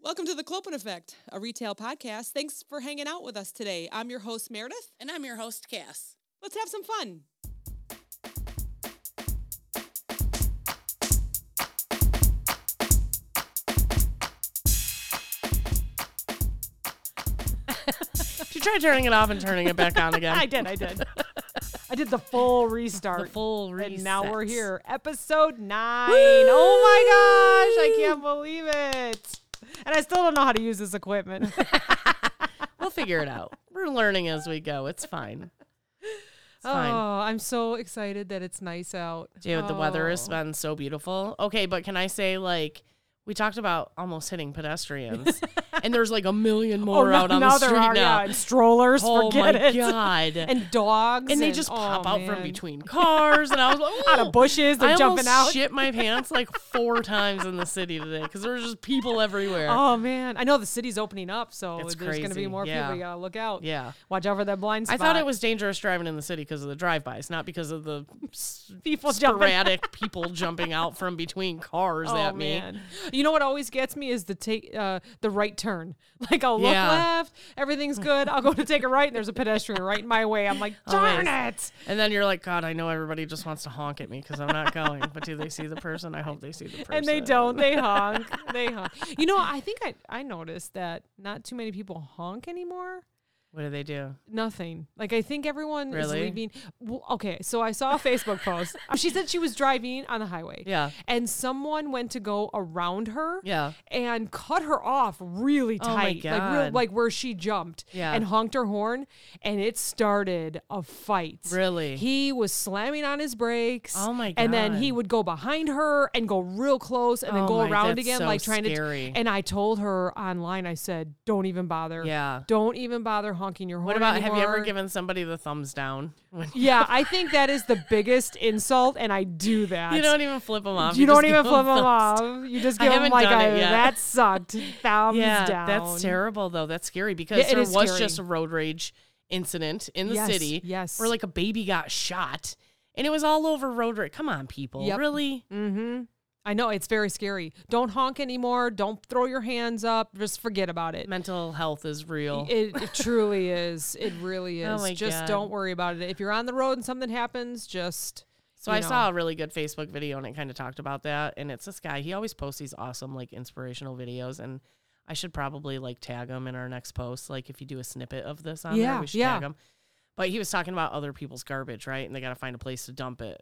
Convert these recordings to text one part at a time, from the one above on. Welcome to the Clopen Effect, a retail podcast. Thanks for hanging out with us today. I'm your host, Meredith. And I'm your host, Cass. Let's have some fun. She tried turning it off and turning it back on again. I did. I did. I did the full The restart. full reset. And now we're here. Episode nine. Oh my gosh. Woo! I can't believe it. And I still don't know how to use this equipment. We'll figure it out. We're learning as we go. It's fine. It's oh, fine. I'm so excited that it's nice out. Dude, the weather has Oh. been so beautiful. Okay, but can I say like we talked about almost hitting pedestrians, and there's like a million Oh, more no, out on now the there street are, now. Yeah, and strollers, oh forget my it. god! And, And dogs. they just pop oh, out from man. between cars, and I was like, Out of "Ooh." bushes, I they're jumping almost out. shit my pants like four times in the city today because there was just people everywhere. Oh man, I know the city's opening up, so It's there's gonna crazy. be more Yeah. people. You gotta look out. Yeah. watch out for that blind I spot. thought it was dangerous driving in the city because of the drive-bys, not because of the s- people jumping. sporadic people jumping out from between cars Oh at me. man, you know what always gets me is the take uh, the right turn. Like I'll look Yeah. left, everything's good. I'll go to take a right, and there's a pedestrian right in my way. I'm like, darn it! And then you're like, God, I know everybody just wants to honk at me because I'm not going. but do they see the person? I hope they see the person. And they don't. They honk. They honk. You know, I think I I noticed that not too many people honk anymore. What do they do? Nothing. Like I think everyone is Really? leaving. Well, okay, so I saw a Facebook post. She said she was driving on the highway. Yeah. And someone went to go around her. Yeah. And cut her off really Oh my tight, like real, God. like where she jumped. Yeah. And honked her horn, and it started a fight. Really? He was slamming on his brakes. Oh my And then he God. would go behind her and go real close, and then Oh go my, around that's again, so like trying scary. to. And I told her online, I said, "Don't even bother. Yeah. Don't even bother honking your horn." What about have you ever anymore." given somebody the thumbs down? When Yeah, I think that is the biggest insult, and I do that. you don't even flip them off. You don't just even give flip them 'em thumbs- off. You just I give them haven't like done a it yet. that sucked thumbs Yeah, down. that's terrible though. That's scary because Yeah, it there was is scary. just a road rage incident in the Yes, city. yes. where like a baby got shot, and it was all over road rage. Come on, people, Yep. really? Mm-hmm. I know it's very scary. Don't honk anymore. Don't throw your hands up. Just forget about it. Mental health is real. It, it truly is. It really Oh is. my just God. don't worry about it. If you're on the road and something happens, just So you I know. saw a really good Facebook video and it kind of talked about that. And it's this guy. He always posts these awesome like inspirational videos, and I should probably like tag him in our next post. Like if you do a snippet of this on Yeah, there, we should yeah. tag him. But he was talking about other people's garbage, right? And they got to find a place to dump it.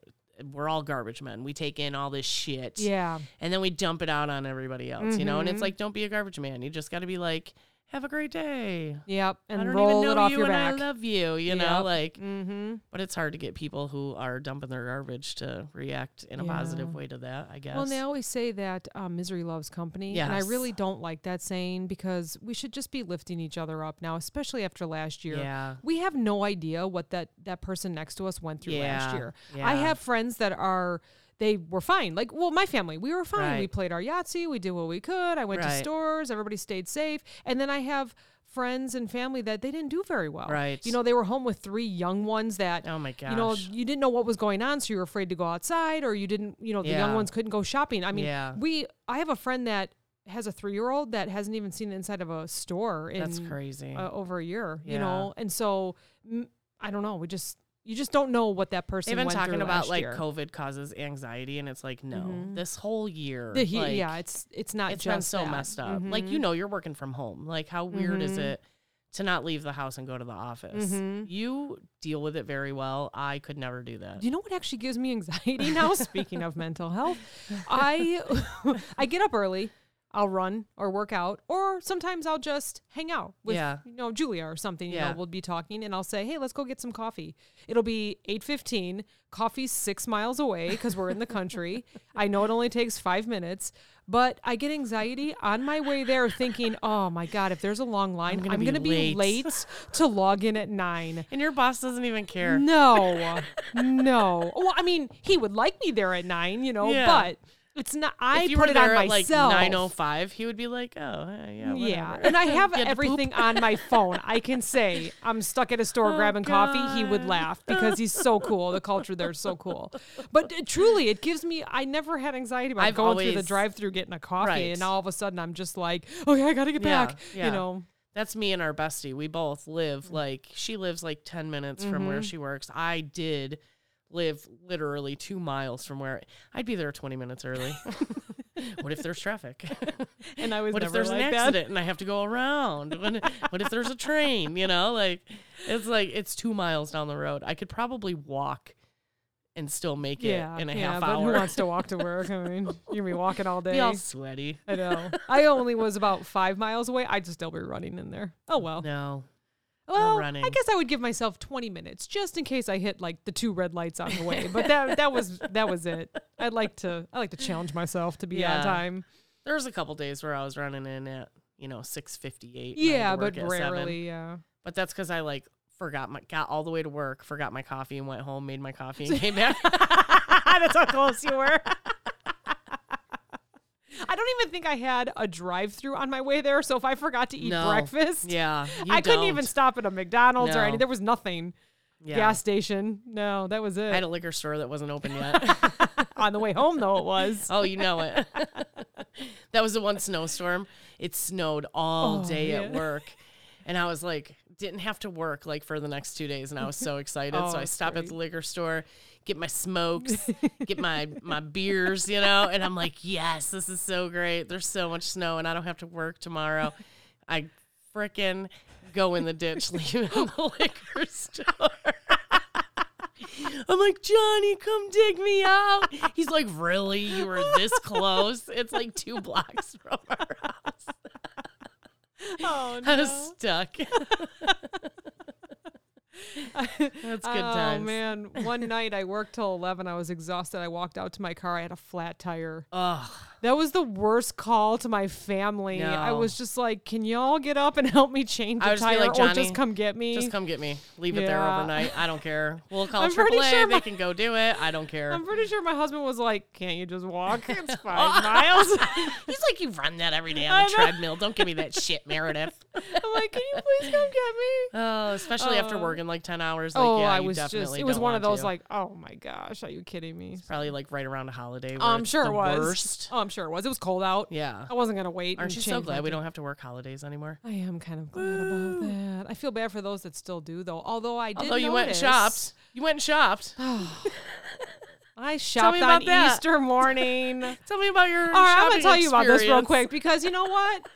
We're all garbage men. We take in all this shit. yeah. and then we dump it out on everybody else, you know? And Mm-hmm. it's like, don't be a garbage man. You just got to be like, have a great day. Yep. I And don't roll even it know off you your and back. I love you, you know? Yep. Like, mm-hmm. but it's hard to get people who are dumping their garbage to react in a Yeah. positive way to that, I guess. Well, and they always say that um, misery loves company. And I really Yes. don't like that saying because we should just be lifting each other up now, especially after last year. Yeah. We have no idea what that, that person next to us went through last Yeah, year. I yeah. have friends that are, they were fine. Like, well, my family, we were fine. We Right. played our Yahtzee, we did what we could. I went to Right. stores, everybody stayed safe. And then I have friends and family that they didn't do very well. Right. Oh, You know, they were home with three young ones that Oh my you know, gosh. you didn't know what was going on, so you were afraid to go outside, or you didn't, you know, the young Yeah. ones couldn't go shopping. I mean, Yeah. we, I have a friend that has a three year old that hasn't even seen the inside of a store in That's crazy. Uh, over a year, you Yeah. know, and so mm, I don't know. We just, you just don't know what that person They've been went talking through about last like year. Mm-hmm. COVID causes anxiety, and it's like, no, this whole year. The he- like, yeah, it's it's not It's just Mm-hmm. been so that. Mm, messed up. Like you know, you're working from home. Like how weird is Mm-hmm. it to not leave the house and go to the office? You deal with it very well. I could never do that. Do you know what actually gives me anxiety now? Speaking of mental health, I I get up early. I'll run or work out, or sometimes I'll just hang out with Yeah. you know Julia or something. You Yeah. know, we'll be talking, and I'll say, "Hey, let's go get some coffee." It'll be eight fifteen. Coffee's six miles away because we're in the country. I know it only takes five minutes, but I get anxiety on my way there, thinking, "Oh my god, if there's a long line, I'm gonna gonna, be be late." late to log in at nine. And your boss doesn't even care. No, no. Well, I mean, he would like me there at nine, you know, Yeah. but It's not. I if you put were it on there at like myself. nine oh five, he would be like, "Oh, eh, yeah, yeah, whatever." and I have You had to poop. everything on my phone. I can say I'm stuck at a store Oh, grabbing coffee. He would God. laugh because he's so cool. The culture there is so cool. But uh, truly, it gives me. I never had anxiety about I've going through the always- drive-through getting a coffee, Right. and all of a sudden I'm just like, oh yeah, I gotta get Yeah, back. yeah. You know, That's me and our bestie. We both Mm. live like she lives like ten minutes from Mm-hmm. where she works. I did live literally two miles from where I'd be there twenty minutes early. what if there's traffic? and I was what never if there's like an that. accident and I have to go around? What, what if there's a train? You know, like it's like it's two miles down the road. I could probably walk and still make it Yeah, in a yeah, half but hour. who wants to walk to work? I mean, you're gonna be walking all day. be all sweaty. I know. I only was about five miles away. I'd still be running in there. Oh well. No, well, running. I guess I would give myself twenty minutes just in case I hit like the two red lights on the way. But that that was that was it. I'd like to I like to challenge myself to be on Yeah. time. there was a couple days where I was running in at you know six fifty eight. Yeah, but rarely. Yeah. But that's because I like forgot my got all the way to work, forgot my coffee, and went home, made my coffee, and came back. that's how close you were. I don't even think I had a drive-through on my way there. So if I forgot to eat No. breakfast, Yeah, you I couldn't don't. even stop at a McDonald's or No. any. There was nothing. Yeah. Gas station. No, that was I had it. a liquor store that wasn't open yet. On the way home though, it was. Oh, you know it. that was the one snowstorm. It snowed all Oh, day yeah. at work. And I was like, didn't have to work like for the next two days. And I was so excited. Oh, so I that's stop at the great. liquor store, get my smokes, get my, my beers, you know? And I'm like, yes, this is so great. There's so much snow and I don't have to work tomorrow. I frickin' go in the ditch, leave it in the liquor store. I'm like, Johnny, come dig me out. He's like, Really? You were this close? It's like two blocks from our house. Oh I was stuck. That's good oh, times. man, one night I worked till eleven. I was exhausted. I walked out to my car. I had a flat tire. Ugh. That was the worst call to my family. I No. was just like, "Can y'all get up and help me change I the would just be tire, like, or "Johnny, just come get me?" Just come get me. Leave it there Yeah. overnight. I don't care. We'll call I'm pretty AAA. sure my- they can go do it. I don't care. I'm pretty sure my husband was like, "Can't you just walk? It's five miles." He's like, You run that every day on the I know. treadmill. Don't give me that shit, Meredith. I'm like, "Can you please come get me?" Oh, especially after Oh. working like 10 hours. Like, oh, yeah, I you was just. definitely It was don't one of want those to. like, "Oh my gosh, are you kidding me?" probably like right around a holiday. Where Oh, I'm it's sure the it was. Worst. Oh, I'm sure it was. It was cold out. Yeah. I wasn't gonna wait. Aren't and you so change my glad we tire. don't have to work holidays anymore? I am kind of glad about that. I feel bad for those that still do, though. Although I did Although Oh, you went and notice- shopped. You went and shopped. I shopped me on about that. Easter morning. All right, Tell me about your. All I'm gonna tell you about this real quick because you know what?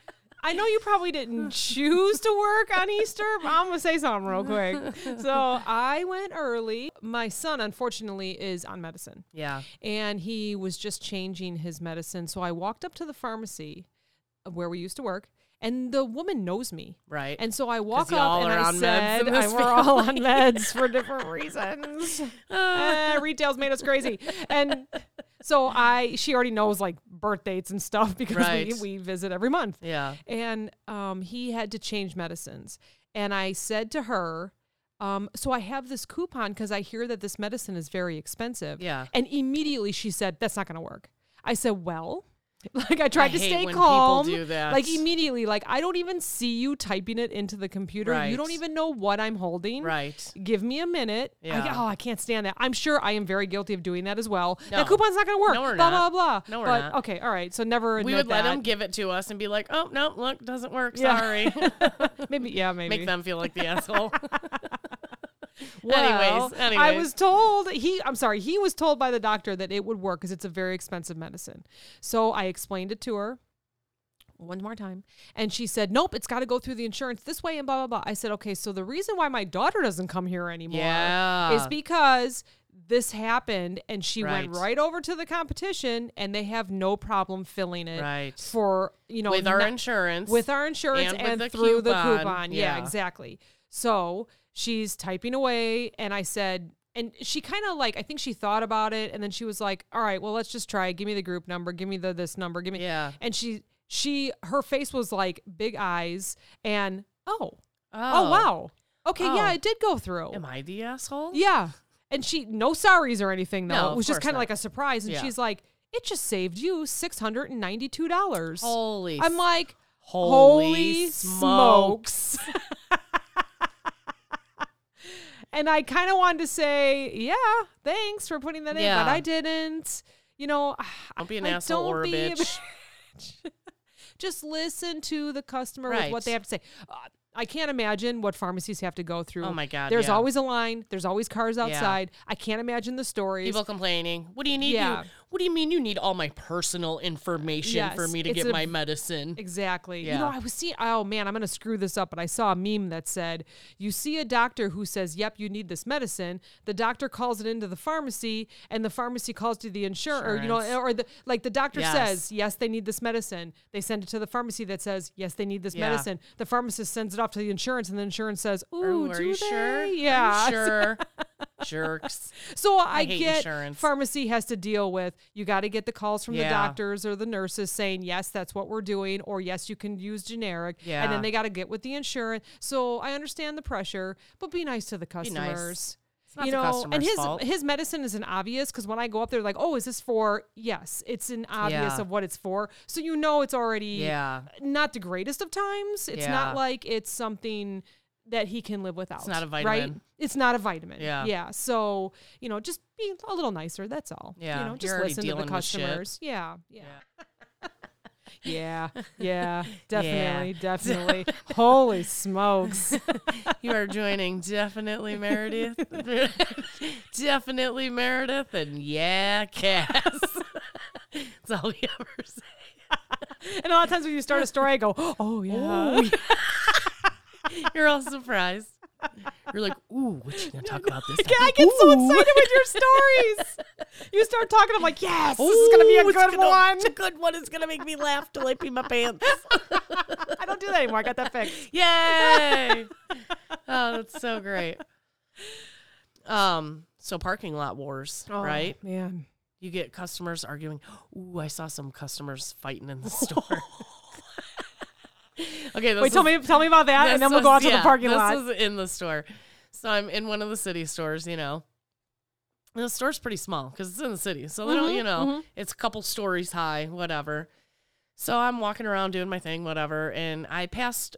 I know you probably didn't choose to work on Easter, but I'm gonna say something real quick. So I went early. My son, unfortunately, is on medicine. Yeah. and he was just changing his medicine. So I walked up to the pharmacy of where we used to work, and the woman knows me. Right. And so I walk you all up and are I on meds said, in and this "We're all on meds for different reasons. Eh, retail's made us crazy." And so I, she already knows like birth dates and stuff because Right. we, we visit every month. yeah. And um, he had to change medicines. And I said to her, um, so I have this coupon because I hear that this medicine is very expensive. Yeah. And immediately she said, that's not going to work. I said, well, like I tried to hate stay when people calm. do that. Like immediately, like I don't even see you typing it into the computer. You Right. don't even know what I'm holding. Right. Give me a minute. I, Yeah. oh, I can't stand that. I'm sure I am very guilty of doing that as well. That No. coupon's not going to work. No, we're blah, not. blah, blah. No, we're but, not. Okay. All right. So never We admit would let that. them give it to us and be like, "Oh no, look, doesn't work. Yeah. Sorry." Maybe. Yeah, maybe. Make them feel like the asshole. Well, Anyways, I anyways. was told he. I'm sorry. He was told by the doctor that it would work because it's a very expensive medicine. So I explained it to her one more time, and she said, "Nope, it's got to go through the insurance this way and blah blah blah." I said, "Okay, so the reason why my daughter doesn't come here anymore Yeah. is because." This happened, and she went Right. right over to the competition, and they have no problem filling it Right. for you know with our not- insurance. with our insurance And and, with the through the coupon. coupon. Yeah. Yeah. exactly. So she's typing away, and I said, and she kind of like, I think she thought about it, and then she was like, "All right, well, let's just try. Give me the group number. Give me the this number. Give me." Yeah. And she, she, her face was like big eyes, and oh, Oh, oh, wow, okay, yeah, Oh. it did go through. Am I the asshole? Yeah. And she, no sorries or anything, though. No, it of was just course kind of not. like a surprise. And Yeah. she's like, It just saved you $692. Holy, I'm like, holy, holy smokes. and I kind of wanted to say, yeah, thanks for putting that in, Yeah. but I didn't. You know, Don't be an like, asshole don't or a be a bitch. just listen to the customer with Right. what they have to say. Uh, I can't imagine what pharmacies have to go through. Oh my God, There's yeah. always a line. There's always cars outside. I can't imagine the stories. People complaining. What do you need? you- Yeah. what do you mean you need all my personal information for Yes, me to it's get a- my medicine? Exactly. You know, Yeah. I was seeing, oh man, I'm going to screw this up, but I saw a meme that said, you see a doctor who says, yep, you need this medicine. The doctor calls it into the pharmacy, and the pharmacy calls to the insurer, or, you know, Insurance. or the, like the doctor Yes. says, yes, they need this medicine. They send it to the pharmacy that says, yes, they need this Yeah. medicine. The pharmacist sends it off to the insurance, and the insurance says, ooh, Ooh, are do you they? sure? Are you Yeah. sure. Jerks. So I, hate get insurance. pharmacy has to deal with you got to get the calls from the Yeah. doctors or the nurses saying yes that's what we're doing or yes you can use generic and Yeah. then they got to get with the insurance. So I understand the pressure, but be nice to the nice. customers. It's not you the know, and customer's his fault. his medicine isn't obvious because when I go up there, like, oh, is this for? Yes, it's an obvious Yeah. of what it's for, so you know it's already Yeah. not the greatest of times. It's Yeah. not like it's something that he can live without. It's not a Right? vitamin. It's not a vitamin. Yeah. Yeah. So, you know, just be a little nicer. That's all. You Yeah, know, you're just already listen to the dealing with shit. customers. Yeah. Yeah. Yeah. Yeah. Definitely. Definitely. Holy smokes. You are joining definitely Meredith. definitely Meredith and yeah, Cass. That's all we ever say. And a lot of times when you start a story, I go, oh, yeah. You're all surprised. You're like, ooh, what you gonna talk about this? Yeah, I get so excited with your stories. You start talking, I'm like, yes, this is gonna be a Ooh, it's good gonna- one. It's a good one. It's gonna make me laugh till I pee my pants. I don't do that anymore. I got that fixed. Yay! oh, that's so great. Um, so parking lot wars, right? Oh, Man. You get customers arguing. Ooh, I saw some customers fighting in the store. okay, this Wait, tell is- me, tell me about that, and this then we'll go was- out to yeah, the parking this lot. was in the store. So I'm in one of the city stores, you know. And the store's pretty small because it's in the city. So they Mm-hmm, don't, you know, it's a couple stories high, whatever. So I'm walking around doing my thing, whatever, and I passed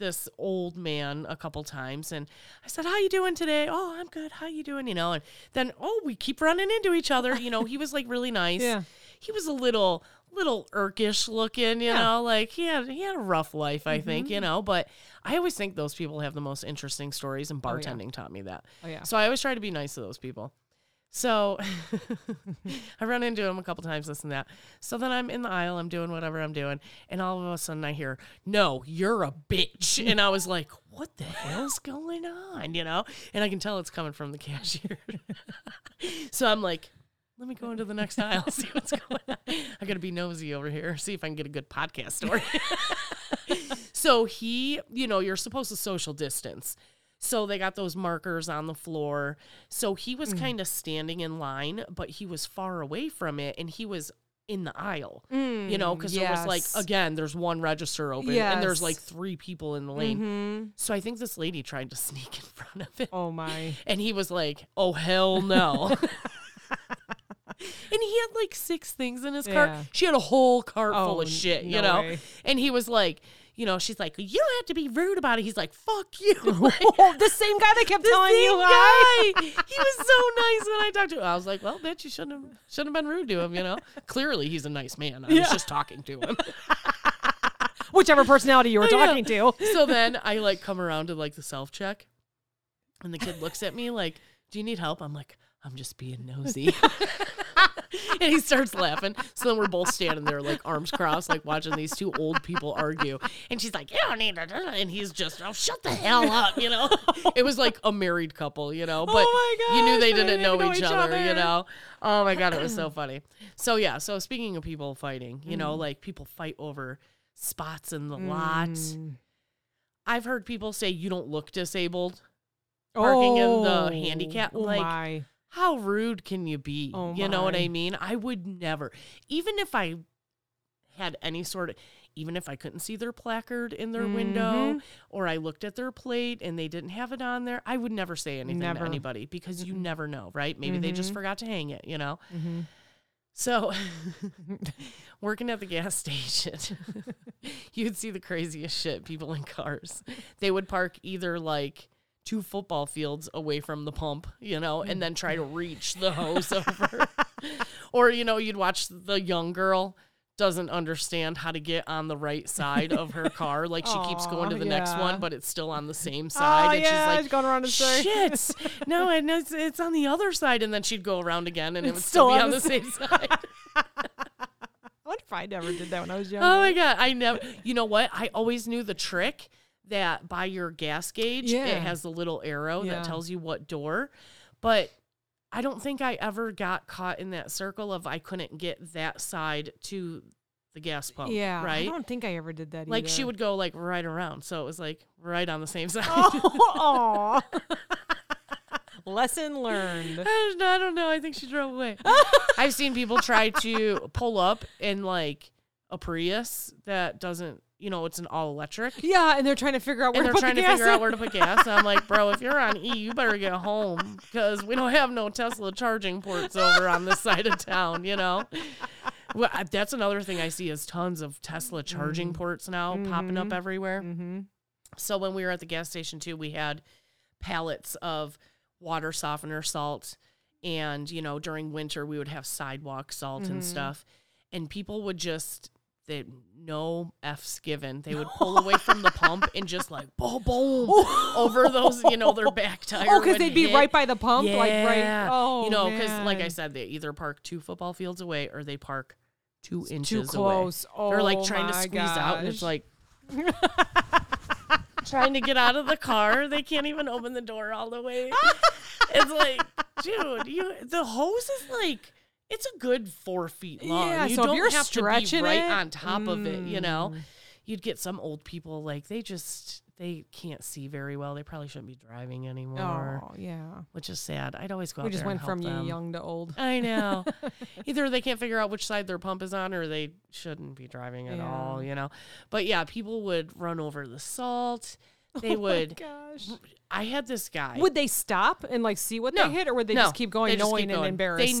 this old man a couple times and I said, How you doing today? Oh, I'm good. How you doing? You know, and then oh, we keep running into each other. You know, he was like really nice. Yeah. He was a little little irkish looking, you know, like he had he had a rough life, I think, Mm-hmm. you know. But I always think those people have the most interesting stories and Oh, yeah. bartending taught me that. Oh, yeah. So I always try to be nice to those people. So I run into him a couple times, this and that. So then I'm in the aisle, I'm doing whatever I'm doing, and all of a sudden I hear, No, you're a bitch. And I was like, What the hell's going on? You know? And I can tell it's coming from the cashier. so I'm like, let me go into the next aisle, see what's going on. I gotta be nosy over here, see if I can get a good podcast story. so he, you know, you're supposed to social distance. So they got those markers on the floor. So he Mm. was kind of standing in line, but he was far away from it and he was in the aisle. you know, because there was Mm, yes. like again, there's one register open and there's Yes. Mm-hmm. like three people in the lane. So I think this lady tried to sneak in front of him. Oh my. And he was like, "Oh hell no." and he had like six things in his Yeah. cart. She had a whole cart Oh, full of shit, no you know. way. And he was like, you know, she's like, "You don't have to be rude about it." He's like, "Fuck you." Like, Oh, the same guy that kept telling you hi. guy. he was so nice when I talked to him. I was like, "Well, bitch, you shouldn't have shouldn't have been rude to him." You know, clearly he's a nice man. I was just talking to him. Whichever personality you were Yeah. Oh talking to. so then I like come around to like the self check, and the kid looks at me like, "Do you need help?" I'm like, "I'm just being nosy." and he starts laughing. So then we're both standing there like arms crossed, like watching these two old people argue. And she's like, "You don't need to," do that," and he's just, "Oh, shut the hell up," you know. it was like a married couple, you know, but Oh my you knew gosh, they they didn't didn't know, even know each, each other, you other. know. Oh my god, it was so funny. So yeah, so speaking of people fighting, you Mm. know, like people fight over spots in the Mm. lot. I've heard people say you don't look disabled. Parking in the handicap, Oh like- my. How rude can you be? Oh you know what my. I mean? I would never, even if I had any sort of, even if I couldn't see their placard in their Mm-hmm. window or I looked at their plate and they didn't have it on there, I would never say anything Never. Mm-hmm. to anybody because you never know, right? Maybe they just forgot to hang it, you know? So, working at the gas station, you'd see the craziest shit people in cars. They would park either like two football fields away from the pump, you know, and then try to reach the hose over. or, you know, you'd watch the young girl doesn't understand how to get on the right side of her car. Like she keeps going to Aw, the next yeah. one, but it's still on the same side. and Oh, yeah, she's like, it's gone around its third. shit. No, and it's, it's on the other side. And then she'd go around again and it would It's still still be on on the the same side. I wonder if I never did that when I was young. Oh my god! I never. You know what? I always knew the trick that by your gas gauge, Yeah. it has the little arrow Yeah. that tells you what door. But I don't think I ever got caught in that circle of I couldn't get that side to the gas pump. yeah, I Right. don't think I ever did that. Like either. she would go like right around, so it was like right on the same side. Oh, aw. lesson learned. I don't know. I don't know. I think she drove away. I've seen people try to pull up in like a Prius that doesn't, you know, it's an all electric. Yeah, and they're trying to figure out where and to they're trying put the to gas figure out in. where to put gas. And I'm like, bro, if you're on E, you better get home because we don't have no Tesla charging ports over on this side of town. You know, well, I- that's another thing I see is tons of Tesla charging Mm-hmm. ports now popping up everywhere. So when we were at the gas station too, we had pallets of water softener salt, and you know during winter we would have sidewalk salt Mm-hmm. and stuff, and people would just they no f's given. They would pull away from the pump and just like boom boom over those you know their back tire. Oh, because would they'd be hit. right by the pump, like right. Yeah. Oh, you know, because like I man. said, they either park two football fields away or they park two inches too close. away. They're like Oh trying to my squeeze out, and it's gosh. like trying to get out of the car. They can't even open the door all the way. it's like, dude, you the hose is like. It's a good four feet long. Yeah, you so if don't you're have to stretching be right it, mm. on top of it, you know. You'd get some old people like they just they can't see very well. They probably shouldn't be driving anymore Oh, yeah. which is sad. I'd always go out We just there and went from help them. young to old. I know. Either they can't figure out which side their pump is on, or they shouldn't be driving at Yeah. all. You know. But yeah, people would run over the salt. They would. Gosh. I had this guy. Oh Would they stop and like see what No, they hit, or would they no, just keep going, they just knowing keep and going. embarrassed?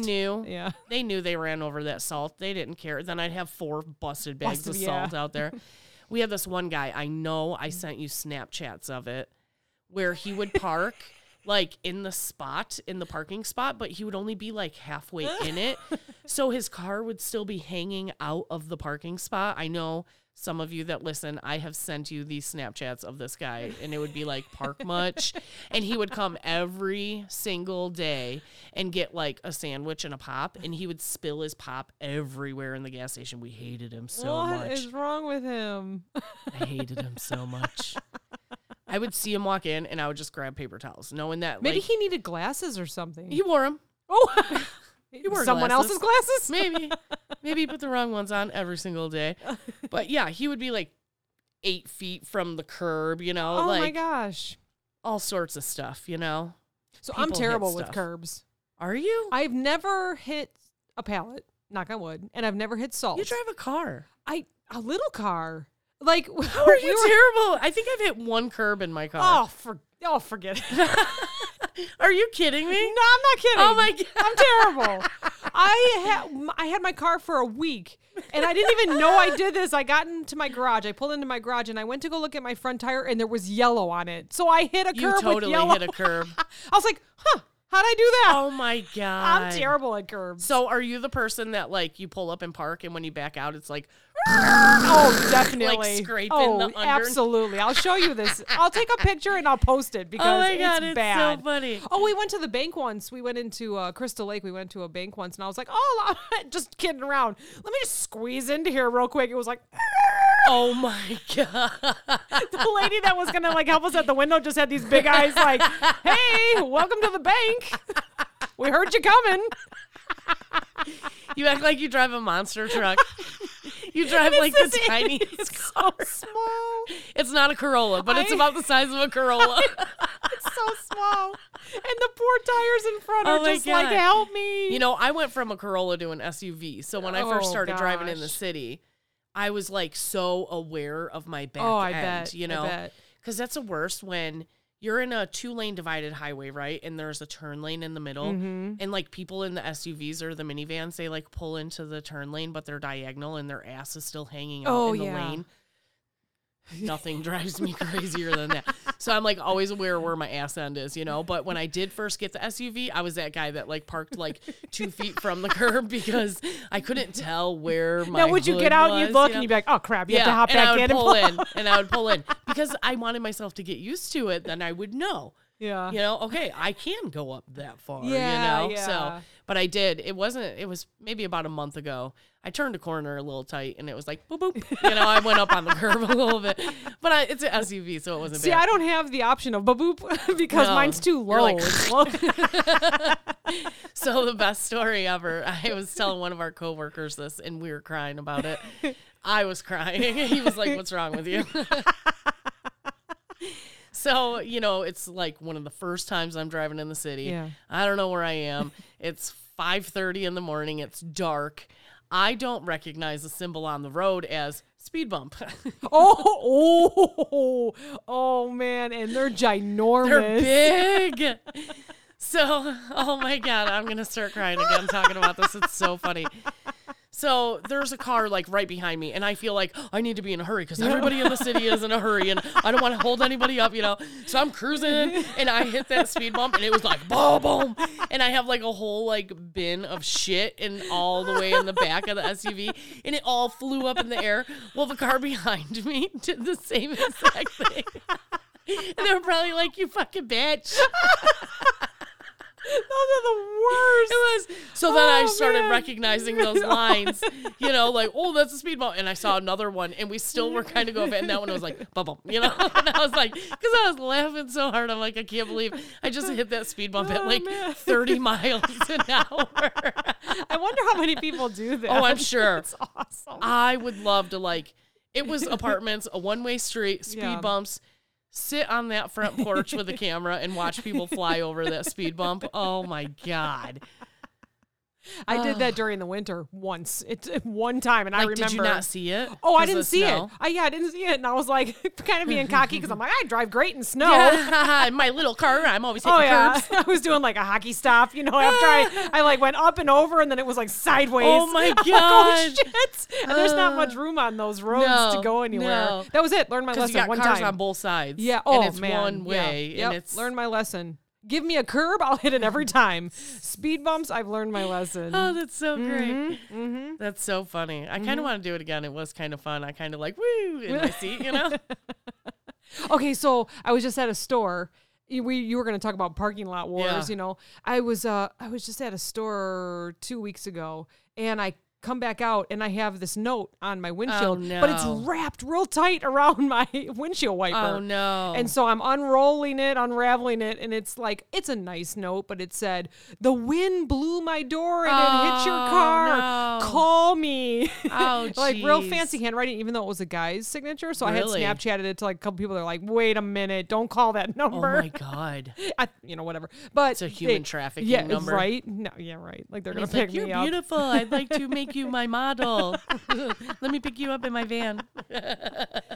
They knew. Yeah. They knew they ran over that salt. They didn't care. Then I'd have four busted bags of Busted, yeah. Mm. salt out there. we had this one guy. I know I sent you Snapchats of it where he would park like in the spot, in the parking spot, but he would only be like halfway in it. So his car would still be hanging out of the parking spot. I know some of you that listen, I have sent you these Snapchats of this guy, and it would be like park much. And he would come every single day and get like a sandwich and a pop, and he would spill his pop everywhere in the gas station. We hated him so What is much. wrong with him? I hated him so much. I would see him walk in, and I would just grab paper towels, knowing that Maybe like, he needed glasses or something. he wore them. oh, wore someone glasses. else's glasses. Maybe, maybe he put the wrong ones on every single day. But yeah, he would be like eight feet from the curb, you know, Oh like my gosh. all sorts of stuff, you know. So I'm people hit terrible with stuff. curbs. Are you? I've never hit a pallet, knock on wood, and I've never hit salt. you drive a car. I a little car. Like How are you terrible? I think I've hit one curb in my car. Oh, for, oh, forget it. no, I'm Are you kidding me? not kidding. Oh my god. I'm terrible. I had I had my car for a week, and I didn't even know I did this. I got into my garage. I pulled into my garage, and I went to go look at my front tire, and there was yellow on it. So I hit a You curb with totally yellow. hit a curb. I was like, "Huh? How'd I do that?" Oh my god. I'm terrible at curbs. So are you the person that like you pull up and park and when you back out it's like Oh, definitely. scraping oh, the under- absolutely. I'll show you this. I'll take a picture and I'll post it because oh my god it's it's bad. so funny. Oh, we went to the bank once. We went into uh, Crystal Lake. We went to a bank once, and I was like, "Oh, just kidding around. Let me just squeeze into here real quick." It was like Oh my god. the lady that was gonna like help us at the window just had these big eyes, like, "Hey, welcome to the bank. We heard you coming." You act like you drive a monster truck. You drive like It's the this- tiniest it's car. So small. It's not a Corolla, but it's I- about the size of a Corolla. It's so small, and the poor tires in front Oh are my just like, God. "Help me!" You know, I went from a Corolla to an SUV. So when I first Oh, started driving in the gosh. city, I was like so aware of my back Oh, I end, bet. you I know. bet. Cuz that's the worst when you're in a two lane divided highway, right? And there's a turn lane in the middle. Mm-hmm. And like people in the SUVs or the minivans, they like pull into the turn lane, but they're diagonal and their ass is still hanging out Oh, in the yeah. lane. Nothing drives me crazier than that. So I'm like always aware where my ass end is, you know. But when I did first get the SUV, I was that guy that like parked like two feet from the curb because I couldn't tell where my now, would you hood get out and was, you'd look you and know? you'd be like, oh crap, you yeah, have to hop and I back would in and pull pull in, and I would pull in because I wanted myself to get used to it. Then I would know, Yeah. you know, okay, I can go up that far, Yeah, you know. yeah. So, but I did. It wasn't. It was maybe about a month ago. I turned a corner a little tight, and it was like boop boop. You know, I went up on the curb a little bit, but I, it's an SUV, so it wasn't. See, bad. I don't have the option of baboop because No. mine's too You're low. like, It's low. So the best story ever. I was telling one of our coworkers this, and we were crying about it. I was crying. He was like, "What's wrong with you?" so you know, it's like one of the first times I'm driving in the city. Yeah. I don't know where I am. It's 5:30 in the morning. It's dark. I don't recognize the symbol on the road as speed bump. oh, oh, oh, man. And they're ginormous. They're big. So, oh my God, I'm going to start crying again talking about this. It's so funny. So, there's a car like right behind me, and I feel like I need to be in a hurry because everybody in the city is in a hurry, and I don't want to hold anybody up, you know? So, I'm cruising, and I hit that speed bump, and it was like boom, boom. And I have like a whole like bin of shit and all the way in the back of the SUV, and it all flew up in the air. Well, the car behind me did the same exact thing. And they were probably like, "You fucking bitch." Those are the worst. It was. So then I Oh, started man. recognizing those lines, you know, like, "Oh, that's a speed bump," and I saw another one, and we still were kind of going. And that one was like, "Bum bum," you know. And I was like, because I was laughing so hard, I'm like, I can't believe I just hit that speed bump at Oh, like man. 30 miles an hour. I wonder how many people do that. Oh, I'm sure. It's awesome. I would love to like. It was apartments, a one way street, speed Yeah. bumps. Sit on that front porch with a camera and watch people fly over that speed bump. Oh my god! I did that during the winter once. It's one time, and I Like, remember. did you not see it? Oh, I 'Cause didn't of see snow? it. I, yeah, I didn't see it, and I was like, kind of being cocky because I'm like, I drive great in snow. Yeah, in my little car. I'm always hitting Oh yeah, curbs. I was doing like a hockey stop, you know. After I, I like went up and over, and then it was like sideways. Oh, my I'm like, oh God. shit! And there's not Uh, much room on those roads to no, go anywhere. no. That was it. Learned my Because lesson you got one cars time. on both sides. Yeah. Oh and it's man. one Yeah. way. Yep. And it's learn my lesson. Give me a curb, I'll hit it every time. Speed bumps, I've learned my lesson. Oh, that's so Mm-hmm. great. That's so funny. I kind of want to do it again. It was kind of fun. I kind of like woo in my seat, you know. Okay, so I was just at a store. You- We you were going to talk about parking lot wars, Yeah. you know. I was uh I was just at a store 2 weeks ago and I come back out and I have this note on my windshield, but it's Oh, no. wrapped real tight around my windshield wiper. oh no. And so I'm unrolling it, unraveling it, and it's like it's a nice note, but it said the wind blew my door and it hit your Oh, car. no. Call me. Oh, like real jeez. fancy handwriting, even though it was a guy's signature. So Really? I had Snapchatted it to like a couple people. They're like, "Wait a minute, don't call that oh number." my god. I, you know, whatever. But it's a human trafficking yeah, number. right? No, yeah, right. Like they're gonna He's pick like, you're me up. beautiful. I'd like to make you my model. Let me pick you up in my van.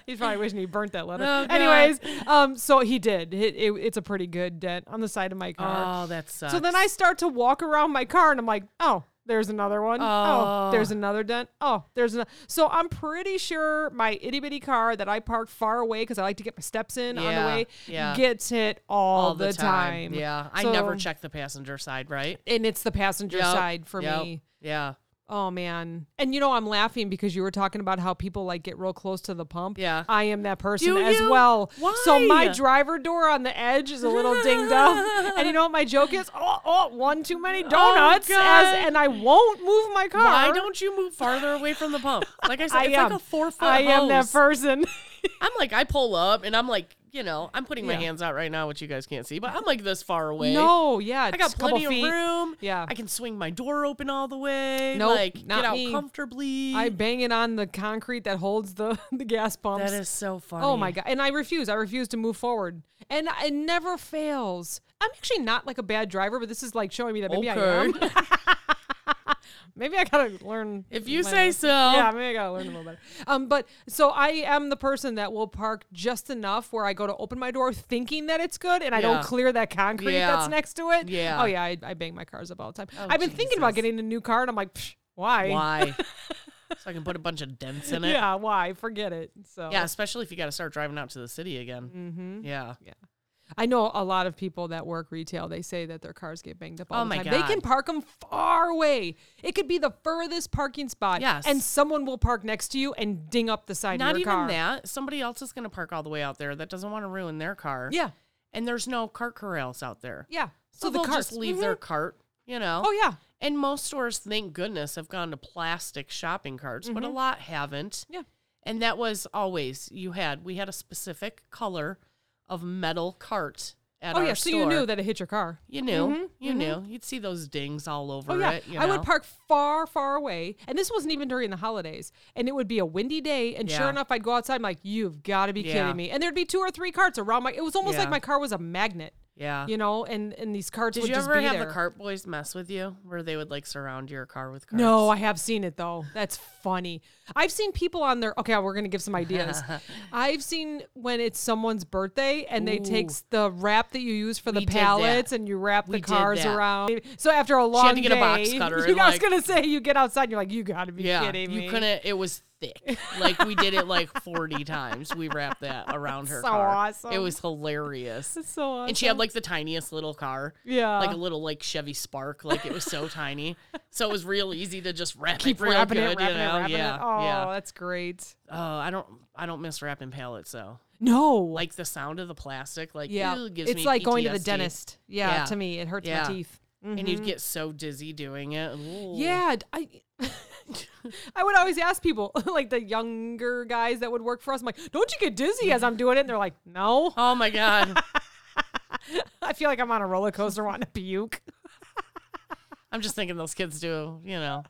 He's probably wishing he burnt that letter. Oh, God. Anyways, um, so he did. It, it, it's a pretty good dent on the side of my car. Oh, that sucks. So then I start to walk around my car and I'm like, oh, there's another one. Oh, Oh. there's another dent. Oh, there's another. So I'm pretty sure my itty bitty car that I parked far away because I like to get my steps in on the Yeah, way yeah. gets hit all, the, time. Yeah, I never So- check the passenger side. Right. And it's the passenger Yep, side for yep, me. Yeah. Oh man. And you know I'm laughing because you were talking about how people like get real close to the pump. Yeah. I am that person Do as you? well. So my Why? driver door on the edge is a little dinged up. And you know what my joke is? Oh, oh one too many donuts as God. and I won't move my car. Why don't you move farther away from the pump? Like I said, I it's am like a four foot. I am that hose. person. I'm like I pull up and I'm like, you know, I'm putting my Yeah. hands out right now, which you guys can't see, but I'm like this far away. no, yeah. I it's got a couple plenty of feet. room. Yeah. I can swing my door open all the way. Nope, like not get out me. comfortably. I bang it on the concrete that holds the, the gas pumps. that is so funny. Oh my god! And I refuse. I refuse to move forward, and it never fails. I'm actually not like a bad driver, but this is like showing me that maybe I am. Okay. maybe I gotta learn. If you my say lesson. so. Yeah, maybe I gotta learn a little better. Um, but so I am the person that will park just enough where I go to open my door thinking that it's good, and I Yeah. don't clear that concrete Yeah. that's next to it. Yeah. Oh, Oh yeah, I, I bang my cars up all the time. I've been thinking about Jesus. getting a new car, and I'm like, Psh, why? Why? so I can put a bunch of dents in it. Yeah, why? Forget it. So Yeah, especially if you got to start driving out to the city again. Mm-hmm. Yeah. I know a lot of people that work retail. They say that their cars get banged up all Oh the my time. They can God. park them far away. It could be the furthest parking spot. Yes. And someone will park next to you and ding up the side Not of your even car. that. Somebody else is going to park all the way out there that doesn't want to ruin their car. Yeah. And there's no cart corrals out there. Yeah. So, they'll just carts. leave their cart, you know. Mm-hmm. Oh yeah. And most stores, thank goodness, have gone to plastic shopping carts, but a lot haven't. Mm-hmm. Yeah. And that was always you had. We had a specific color of metal cart at Oh our yeah. So you store. knew that it hit your car. You knew. You knew. You'd see those dings all over Oh yeah. it. You I would know? park far, far away. And this wasn't even during the holidays. And it would be a windy day. And sure Yeah. enough, I'd go outside and like, you've gotta be Yeah. kidding me. And there'd be two or three carts around my it was almost like Yeah. my car was a magnet. Yeah. You know, and and these carts Did would you just ever be have there. the cart boys mess with you, where they would like surround your car with carts? No, I have seen it though. That's funny. I've seen people on their okay. We're gonna give some ideas. I've seen when it's someone's birthday and they takes the wrap that you use for the We did that. pallets and you wrap the We did cars that. around. So after a long had to get a box day- cutter you- and, I was like- gonna say you get outside and you're like, you gotta be Yeah, kidding me. you couldn't. It was thick. Like we did it like forty times. We wrapped that around her So car. awesome. It was hilarious. That's so awesome. And she had like the tiniest little car. Yeah. Like a little like Chevy Spark. Like it was so tiny. So it was real easy to just wrap keep it real wrapping good, it, wrapping you know? it, wrapping yeah. it. Oh, Yeah. that's great. Oh, I don't I don't miss wrapping pallets though. No, Like the sound of the plastic, like yeah, ew, gives it's me like going to the PTSD. dentist. Yeah, Yeah. to me, it hurts Yeah. my teeth. And you'd get so dizzy doing it. Ooh. Yeah, d- I I would always ask people, like the younger guys that would work for us, I'm like, "Don't you get dizzy as I'm doing it?" And they're like, "No." Oh my god. I feel like I'm on a roller coaster wanting to puke. I'm just thinking those kids do, you know,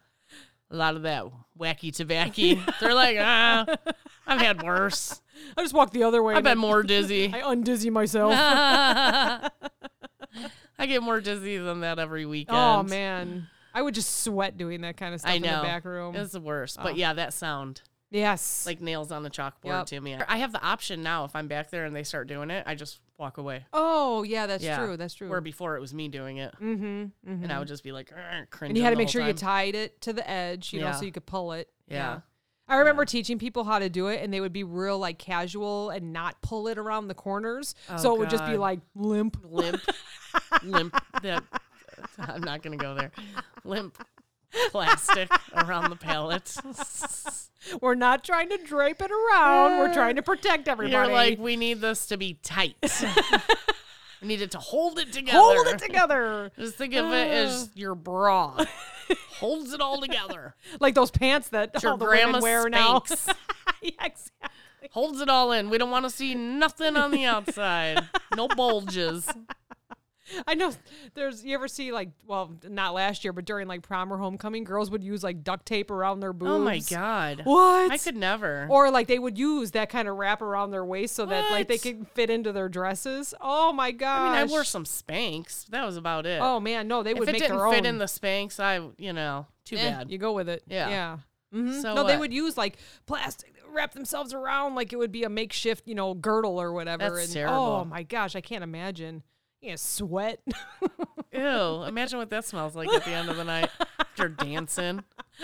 a lot of that wacky tobacco. They're like, ah, I've had worse. I just walk the other way. I've and been more dizzy. I undizzy myself. I get more dizzy than that every weekend. oh man, I would just sweat doing that kind of stuff I know. in the back room. Oh. It's the worst. But yeah, that sound yes, like nails on the chalkboard Yep. to me. I have the option now if I'm back there and they start doing it, I just walk away. oh yeah, that's Yeah. true. That's true. Where before it was me doing it, mm-hmm, mm-hmm. and I would just be like, cringe. And you had to make sure you tied it to the edge, you know, Yeah. so you could pull it. Yeah. I remember teaching people how to do it, and they would be real like casual and not pull it around the corners. so it would just be Oh, God. like limp. limp, limp. That I'm not gonna go there. Limp plastic around the palate. We're not trying to drape it around. We're trying to protect everybody. You're like, we need this to be tight. we need it to hold it together. hold it Ah. together, Just think of it as your bra. Holds it all together. like those pants that Your all the grandma women wear now. Spanx. yeah, exactly. Holds it all in. We don't want to see nothing on the outside. No bulges. I know. There's you ever see like well, not last year, but during like prom or homecoming, girls would use like duct tape around their boobs. Oh my god. What? I could never. Or like they would use that kind of wrap around their waist so that like they What? could fit into their dresses. Oh my gosh. I mean, I wore some Spanx. That was about it. Oh man, no, they if would it make didn't their own. fit in the Spanx, I you know too Eh, bad. You go with it. Yeah. Yeah. Mhm. So uh, no, they what? would use like plastic, they would wrap themselves around like it would be a makeshift, you know, girdle or whatever. That's and, Oh terrible. my gosh, I can't imagine. You know, sweat. Ew! Imagine what that smells like at the end of the night after dancing.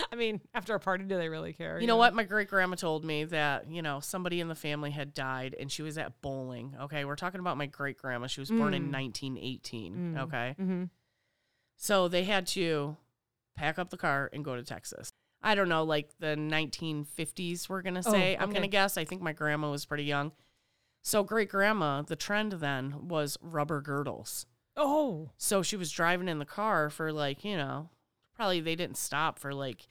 I mean, after a party, do they really care? You know what? My great grandma told me that you know somebody in the family had died, and she was at bowling. Okay, we're talking about my great grandma. She was born Mm. in 1918. Okay, Mm-hmm. so they had to pack up the car and go to Texas. I don't know, like the 1950s. We're gonna Oh, say. I'm gonna okay. guess. I think my grandma was pretty young. So great grandma, the trend then was rubber girdles. Oh, So she was driving in the car for like, you know, probably they didn't stop for like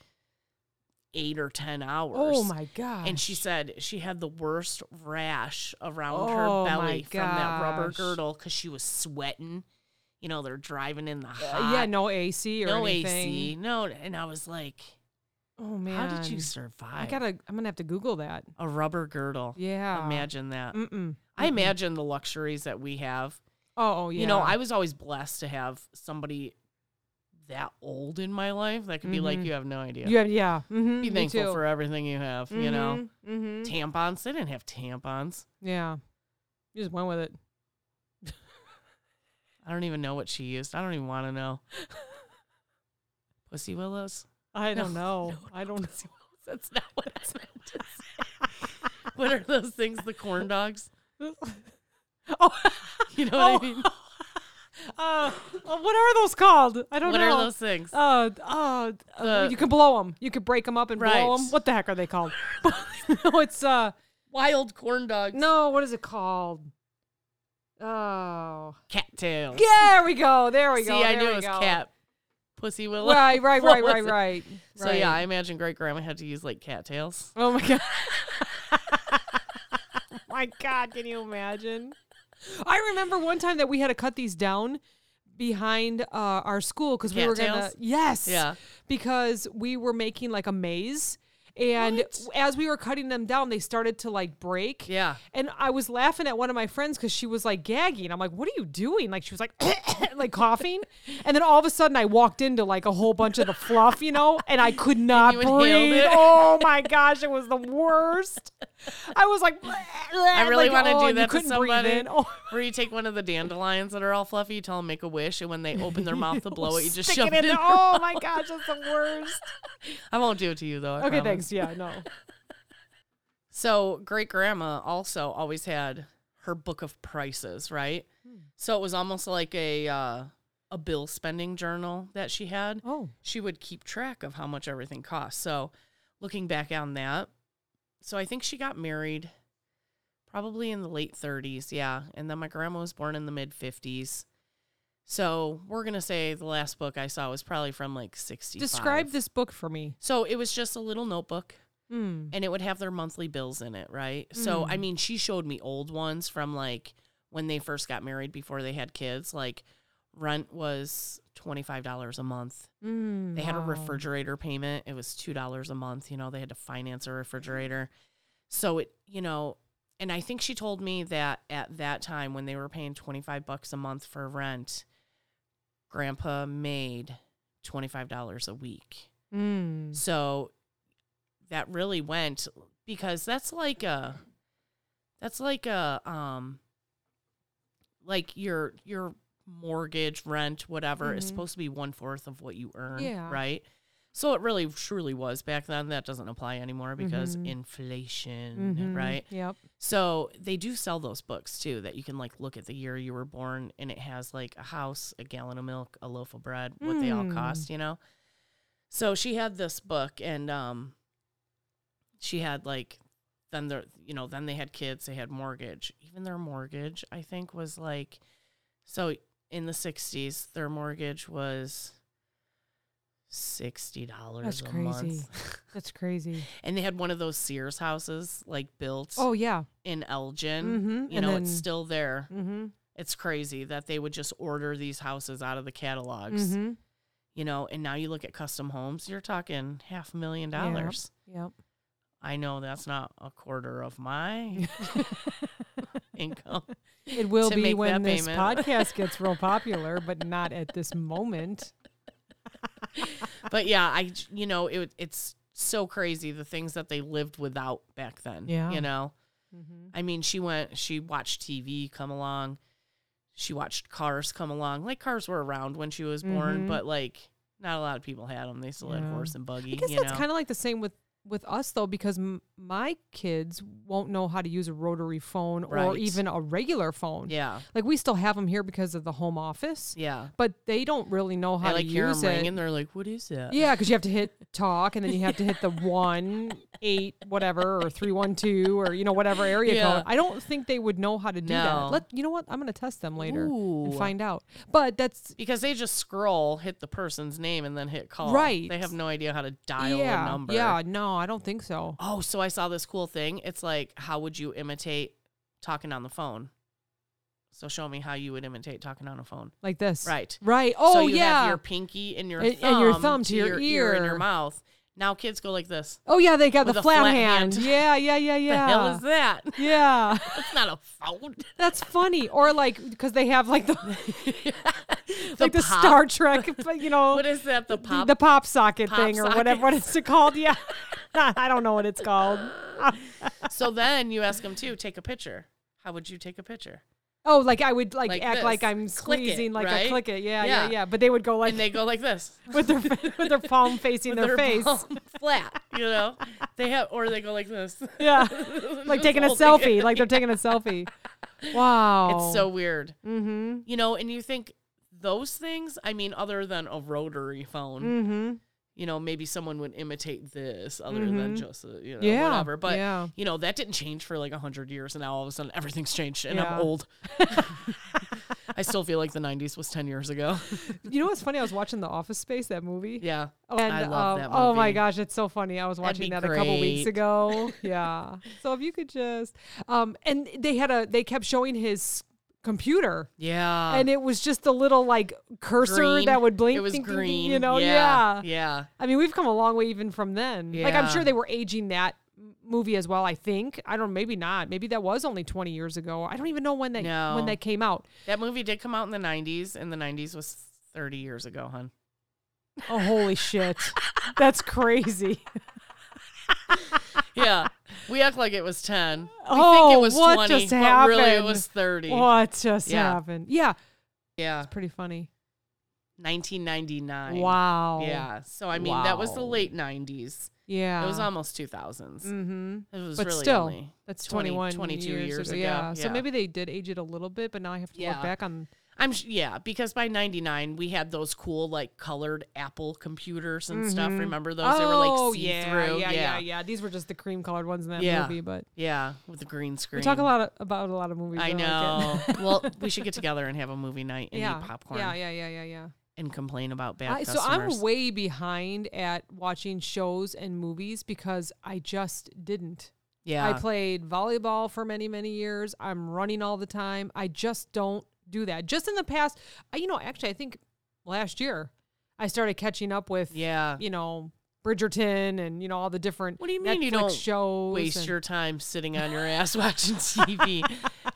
eight or 10 hours. oh my gosh. And she said she had the worst rash around Oh her my belly from that rubber gosh. girdle because she was sweating. You know, they're driving in the hot. Uh, yeah, no AC or no anything. AC. No. And I was like, Oh man, how did you survive? I gotta. I'm gonna have to Google that. a rubber girdle. Yeah. Imagine that. Mm-mm. I imagine the luxuries that we have Oh, oh yeah. You know, I was always blessed to have somebody that old in my life that could be like you have no idea. You have, Mm-hmm. yeah. Mm-hmm, be thankful too. for everything you have. You know, Mm-hmm. tampons. They didn't have tampons. Yeah. You just went with it. I don't even know what she used. I don't even want to know. Pussy willows. I No. don't know. I don't know. That's not what I meant. to say. what are those things? The corn dogs. Oh, You know oh. what I mean? uh, uh, what are those called? I don't What know. are those things? Uh, uh, uh, The- you can blow them. You could break them up and blow Right. them. What the heck are they called? no, it's uh, Wild corn dogs. no. What is it called? Oh, Cattails. yeah, there we go. There we See, go. I there knew we it was go. cat. Pussy willow. Right, right, What right, was right, it? right. So yeah, I right. imagine great grandma had to use like cattails. Oh my god. my god, can you imagine? I remember one time that we had to cut these down behind uh, our school because we were gonna Cattails? yes Yeah. because we were making like a maze and as we were cutting them down they started to like break Yeah. and I was laughing at one of my friends because she was like gagging. I'm like, what are you doing? Like she was like, like coughing. And then all of a sudden I walked into like a whole bunch of the fluff, you know, and I could not you breathe. inhaled it. Oh my gosh, it was the worst. I was like, I I really want to oh, do you that to couldn't breathe somebody. in. Oh. Where you take one of the dandelions that are all fluffy, you tell them make a wish, and when they open their mouth to blow it, you just Stick shove in. it in. there. their Oh my gosh, that's the worst. I won't do it to you though. I Okay, promise. thanks. Yeah, no. So great grandma also always had her book of prices, right? Hmm. So it was almost like a uh, a bill spending journal that she had. Oh, She would keep track of how much everything cost. So looking back on that, so I think she got married probably in the late 30s, yeah, and then my grandma was born in the mid 50s. So we're gonna say the last book I saw was probably from like 65. describe this book for me. So it was just a little notebook Mm. and it would have their monthly bills in it, right? So I mean, she showed me old ones from like when they first got married before they had kids. Like rent was twenty five dollars a month. Mm, They had a wow. refrigerator payment. It was two dollars a month. You know, they had to finance a refrigerator. So it, you know, and I think she told me that at that time when they were paying twenty five bucks a month for rent, grandpa made twenty five dollars a week. Mm. So that really went because that's like a that's like a um like your your mortgage, rent, whatever is Mhm. supposed to be one fourth of what you earn. Yeah. Right. So it really truly was back then. That doesn't apply anymore because Mhm. inflation, Mhm. right? Yep. So they do sell those books too that you can like look at the year you were born and it has like a house, a gallon of milk, a loaf of bread, what they all Mm. cost, you know. So she had this book and um she had like then their you know, then they had kids, they had mortgage. Even their mortgage I think was like so in the 60s their mortgage was $60 That's a crazy. month. That's crazy. and they had one of those Sears houses like built Oh yeah. in Elgin. Mhm, You and know, then- it's still there. Mm-hmm. It's crazy that they would just order these houses out of the catalogs, Mm-hmm. you know, and now you look at custom homes, you're talking half a million Yeah. dollars. Yep. I know that's not a quarter of my income. It will to be make when that this payment. podcast gets real popular, but not at this moment. But yeah, I, j- you know, it, it's so crazy the things that they lived without back then. Yeah. You know, Mm-hmm. I mean, she went, she watched TV come along. She watched cars come along. Like cars were around when she was born, Mhm. but like not a lot of people had them. They still Yeah. had horse and buggy. I guess you that's know? kind of like the same with with us though, because m- my kids won't know how to use a rotary phone or Right. even a regular phone. yeah, Like we still have them here because of the home office, yeah. but they don't really know how I like to hear use them it. ring and they're like, "What is that?" Yeah, because you have to hit talk, and then you have to hit the one eight whatever or three one two or you know whatever area Yeah. code. I don't think they would know how to do No. that. Let you know what I'm going to test them later and Ooh. find out. But that's Because they just scroll, hit the person's name, and then hit call. Right. They have no idea how to dial yeah, a number. yeah. No, I don't think so. Oh, so I saw this cool thing. It's like, how would you imitate talking on the phone? So show me how you would imitate talking on a phone. Like this, Right. right? Oh so you yeah, have your pinky and your And- thumb and your thumb to your and your ear. mouth. Now kids go like this. Oh yeah, they got With the a flat, flat hand. hand. Yeah, yeah, yeah, yeah. The hell is that? yeah, That's not a phone. that's funny. Or like because they have like the like the pop. Star Trek, but, you know, What is that? The the, pop. the pop socket pop thing or whatever what it's called. Yeah, I don't know what it's called. so then you ask them to take a picture. How would you take a picture? Oh, like I would like, Like act this. like I'm Click it, squeezing, like I right? click it. Yeah, yeah, yeah, Yeah. But they would go like And they go like this. with their with their palm facing their, face. palm flat, you know. They have, or they go like this. Yeah, like taking a Holding it. selfie. Like they're taking a selfie. Wow, It's so weird. Oh. Mm-hmm. You know, and you think those things, I mean, other than a rotary phone, Mm-hmm. you know, maybe someone would imitate this other than just, uh, you know, Mm-hmm. Yeah, whatever. But, yeah. you know, that didn't change for like 100 years. And now all of a sudden everything's changed and Yeah. I'm old. I still feel like the 90s was 10 years ago. You know what's funny? I was watching The Office Space, that movie. yeah. Oh, And, I love um, that Oh my movie. gosh, it's so funny. I was watching be that a couple weeks great. ago. Yeah. so if you could just, um, and they had a, they kept showing his computer, Yeah. and it was just the little like cursor Green. that would blink. It was ding, ding, ding, green. You know? Yeah. Yeah. yeah. I mean, we've come a long way even from then. Like I'm Yeah. sure they were aging that m- movie as well. I think. I don't. Maybe not. Maybe that was only 20 years ago. I don't even know when that when No. that came out. That movie did come out in the 90s, and the 90s was 30 years ago, hon. Oh holy shit, that's crazy. Yeah. we act like it was 10. We think Oh, it was what 20, just but really it happened? was 30. What just Yeah. happened? Yeah, Yeah. it's pretty funny. 1999. Wow. Yeah. So, I mean, that was the Wow. late 90s. Yeah. It was almost 2000s. Mm-hmm. It was But really still, only that's 20, 21, 22 years, ago. Yeah. So maybe they did age it a little bit, but now I have to look Yeah. back on. I'm sh- yeah, because by 99 we had those cool like colored Apple computers and stuff. Remember those? they were Oh, like see through. yeah, yeah, yeah. yeah. These were just the cream colored ones in that Yeah. movie, but Yeah, with the green screen. we talk a lot of, about a lot of movies. I like it. know. well, we should get together and have a movie night and yeah. eat popcorn Yeah, yeah, yeah, yeah, yeah. and complain about bad I, so customers. I'm way behind at watching shows and movies because I just didn't. yeah. I played volleyball for many, many years. I'm running all the time. I just don't do that. Just in the past, I, you know, actually, I think last year I started catching up with, yeah. you know, Bridgerton and, you know, all the different What do you mean you Netflix don't shows. Waste and- your time sitting on your ass watching TV.